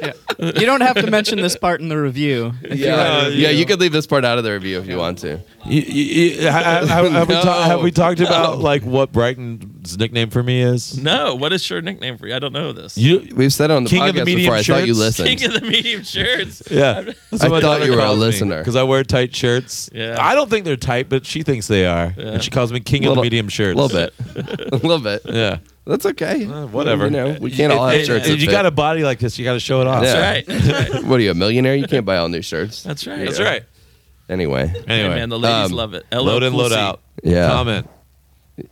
Speaker 6: Yeah. You don't have to mention this part in the review.
Speaker 2: Yeah,
Speaker 3: like-
Speaker 2: yeah, you could leave this part out of the review if you want to.
Speaker 3: You- you- you- ha- ha- have, we
Speaker 2: No,
Speaker 3: talk- have we talked about
Speaker 2: no.
Speaker 3: like what Brighton's nickname for me is?
Speaker 4: no, what is your nickname for you? I don't know this.
Speaker 3: You,
Speaker 2: We've said it on the
Speaker 3: King of the
Speaker 2: podcast
Speaker 3: medium
Speaker 2: before. I thought you
Speaker 3: shirts.
Speaker 2: listened.
Speaker 4: King of the medium shirts.
Speaker 3: yeah.
Speaker 2: I thought you were a listener.
Speaker 3: because I wear tight shirts.
Speaker 4: Yeah.
Speaker 3: I don't think they're tight, but she thinks they are,
Speaker 4: Yeah.
Speaker 3: and she calls me King of
Speaker 2: Little-
Speaker 3: the Medium Shirts.
Speaker 2: a little bit, a little bit.
Speaker 3: Yeah.
Speaker 2: That's okay.
Speaker 3: Uh, whatever.
Speaker 2: You know, we can't all
Speaker 3: It-
Speaker 2: have
Speaker 3: it-
Speaker 2: shirts.
Speaker 3: If
Speaker 2: that
Speaker 3: you
Speaker 2: fit.
Speaker 3: got a body like this, you got to show it off.
Speaker 2: Yeah.
Speaker 4: That's right. That's right.
Speaker 2: what are you, a millionaire? You can't buy all new shirts.
Speaker 4: That's right.
Speaker 3: That's right.
Speaker 2: Anyway,
Speaker 3: Anyway,
Speaker 4: Hey, man, the ladies
Speaker 2: um,
Speaker 4: love it.
Speaker 3: load in, load out.
Speaker 2: Yeah.
Speaker 3: Comment,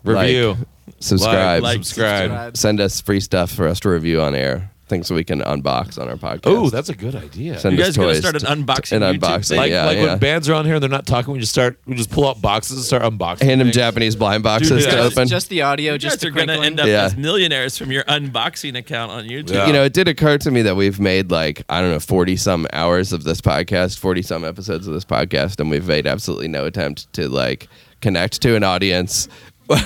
Speaker 3: review,
Speaker 2: subscribe.
Speaker 3: like, subscribe.
Speaker 6: subscribe.
Speaker 2: Send us free stuff for us to review on air. Things that we can unbox on our podcast.
Speaker 3: Oh, that's a good idea.
Speaker 2: Send
Speaker 4: You
Speaker 2: us
Speaker 4: guys gotta
Speaker 2: toys
Speaker 4: start an
Speaker 2: to-
Speaker 4: unboxing
Speaker 2: an
Speaker 4: YouTube
Speaker 2: unboxing.
Speaker 4: thing.
Speaker 3: like
Speaker 2: yeah,
Speaker 3: like
Speaker 2: yeah.
Speaker 3: when bands are on here and they're not talking, we just start we just pull out boxes and start unboxing.
Speaker 2: hand him
Speaker 3: things.
Speaker 2: Japanese blind boxes
Speaker 3: Dude,
Speaker 2: to
Speaker 3: yeah.
Speaker 2: open.
Speaker 6: Just the audio,
Speaker 4: You
Speaker 6: just
Speaker 4: guys
Speaker 6: the
Speaker 4: are going to
Speaker 6: crinkling.
Speaker 4: end up
Speaker 2: Yeah.
Speaker 4: as millionaires from your unboxing account on YouTube.
Speaker 3: Yeah.
Speaker 2: you know, it did occur to me that we've made like I don't know forty some hours of this podcast, forty some episodes of this podcast, and we've made absolutely no attempt to like connect to an audience,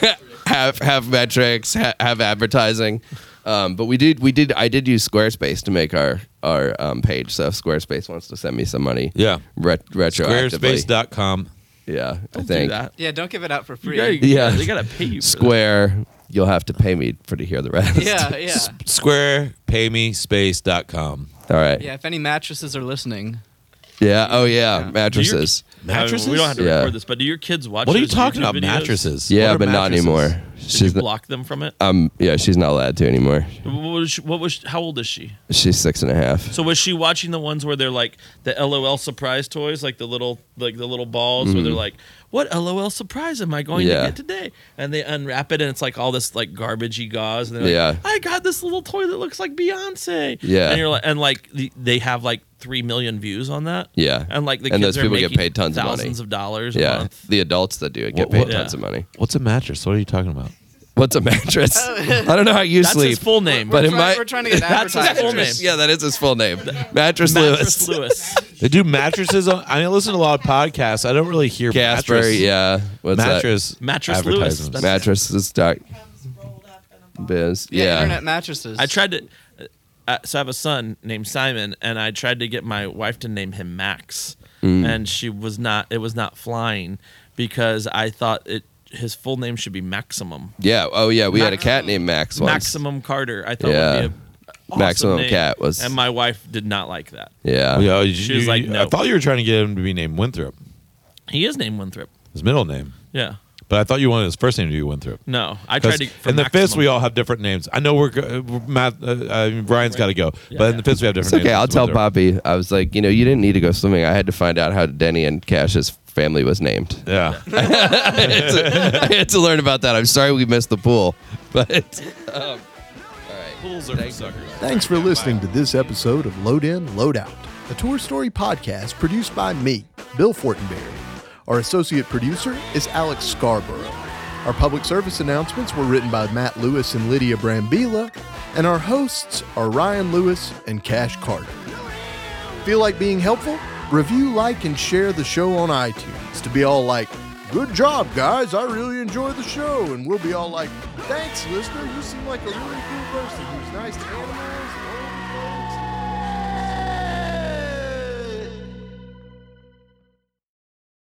Speaker 2: have have metrics, ha- have advertising. Um, but we did, we did, I did use Squarespace to make our our um, page. So if Squarespace wants to send me some money,
Speaker 3: Yeah.
Speaker 2: ret- retroactively,
Speaker 3: Squarespace.com.
Speaker 2: yeah, I
Speaker 4: Don't do
Speaker 2: think
Speaker 4: that.
Speaker 6: Yeah, don't give it out for
Speaker 4: You
Speaker 6: free.
Speaker 4: gotta,
Speaker 2: Yeah.
Speaker 4: They got to pay you. For
Speaker 2: Square. You'll have to pay me for to hear the rest.
Speaker 6: Yeah, yeah.
Speaker 3: Square pay me space.com.
Speaker 2: All right.
Speaker 6: Yeah,
Speaker 2: Yeah.
Speaker 6: if any mattresses are listening,
Speaker 2: Oh yeah. Mattresses.
Speaker 4: that. I mean,
Speaker 3: Mattresses?
Speaker 4: we don't have to
Speaker 2: Yeah.
Speaker 4: record this, but do your kids watch
Speaker 3: What are you
Speaker 4: those
Speaker 3: talking
Speaker 4: YouTube
Speaker 3: about?
Speaker 4: videos?
Speaker 3: Mattresses. What
Speaker 2: Yeah,
Speaker 3: are
Speaker 2: but not
Speaker 3: mattresses?
Speaker 2: anymore.
Speaker 4: Did you
Speaker 2: She's not,
Speaker 4: block them from it?
Speaker 2: um yeah, she's not allowed to anymore.
Speaker 4: What was, she, what was she- how old is she?
Speaker 2: She's six and a half.
Speaker 4: So was she watching the ones where they're like the LOL surprise toys, like the little like the little balls where they're like, "What LOL surprise am I going
Speaker 2: Mm. Yeah.
Speaker 4: to get today?" And they unwrap it, and it's like all this like garbagey gauze. And they're
Speaker 2: Yeah.
Speaker 4: like, "I got this little toy that looks like Beyonce."
Speaker 2: Yeah.
Speaker 4: and you're like, and like the, they have like three million views on that.
Speaker 2: Yeah.
Speaker 4: and like the
Speaker 2: And
Speaker 4: kids
Speaker 2: those
Speaker 4: are
Speaker 2: people get
Speaker 4: making
Speaker 2: paid tons of money.
Speaker 4: thousands of dollars. a
Speaker 2: Yeah.
Speaker 4: month.
Speaker 2: The adults that do it get
Speaker 3: What- what-
Speaker 2: paid tons of money.
Speaker 3: What's a mattress? What are you talking about?
Speaker 2: What's a mattress? I don't know how you
Speaker 4: that's
Speaker 2: sleep.
Speaker 4: his full name.
Speaker 2: But it
Speaker 6: we're, trying,
Speaker 2: might-
Speaker 6: we're trying to get
Speaker 4: That's his
Speaker 6: advertisers.
Speaker 4: full name.
Speaker 2: yeah, that is his full name. Mattress,
Speaker 4: Mattress
Speaker 2: Lewis.
Speaker 4: Lewis.
Speaker 3: They do mattresses on I mean, I listen to a lot of podcasts. I don't really hear
Speaker 2: Casper,
Speaker 3: mattress.
Speaker 2: yeah. What's
Speaker 3: mattress
Speaker 4: Mattress Lewis.
Speaker 3: advertisements.
Speaker 2: that?
Speaker 4: That's-
Speaker 2: Mattresses dot
Speaker 5: comes rolled up in a ball.
Speaker 2: biz.
Speaker 6: Yeah,
Speaker 2: Yeah.
Speaker 6: internet mattresses.
Speaker 4: I tried to. Uh, so I have a son named Simon, and I tried to get my wife to name him Max,
Speaker 2: Mm.
Speaker 4: and she was not. It was not flying because I thought it. His full name should be Maximum.
Speaker 2: Yeah. Oh yeah, we had a
Speaker 4: Max-
Speaker 2: cat named Max once.
Speaker 4: Maximum Carter. I thought
Speaker 2: Yeah.
Speaker 4: would be a awesome
Speaker 2: Maximum
Speaker 4: name.
Speaker 2: Cat was-
Speaker 4: and my wife did not like that.
Speaker 2: Yeah.
Speaker 3: Oh, Yeah, you-
Speaker 4: She was
Speaker 3: you-
Speaker 4: like,
Speaker 3: I
Speaker 4: no.
Speaker 3: thought you were trying to get him to be named Winthrop,
Speaker 4: He is named Winthrop.
Speaker 3: his middle name.
Speaker 4: Yeah.
Speaker 3: But I thought you wanted his first name to be Winthrop.
Speaker 4: No, I
Speaker 3: Because
Speaker 4: tried to.
Speaker 3: in
Speaker 4: for
Speaker 3: the
Speaker 4: Maximum.
Speaker 3: fist, we all have different names. I know we're, go- uh, Matt, uh, uh, Brian's got to go,
Speaker 4: Yeah.
Speaker 3: but in the fist, we have different
Speaker 2: It's okay.
Speaker 3: names.
Speaker 2: I'll tell
Speaker 3: Winthrop.
Speaker 2: Bobby. I was like, you know, you didn't need to go swimming. I had to find out how Denny and Cash's family was named.
Speaker 3: Yeah.
Speaker 2: I had to learn about that. I'm sorry we missed the pool, but um, all right.
Speaker 4: Fools are for suckers.
Speaker 1: Thanks for listening to this episode of Load In, Load Out, a Tour Story podcast produced by me, Bill Fortenberry. Our associate producer is Alex Scarborough. Our public service announcements were written by Matt Lewis and Lydia Brambila, and our hosts are Ryan Lewis and Cash Carter. Feel like being helpful? Review, like, and share the show on iTunes to be all like, Good job, guys. I really enjoyed the show. And we'll be all like, Thanks, listener. You seem like a really cool person who's nice to animals.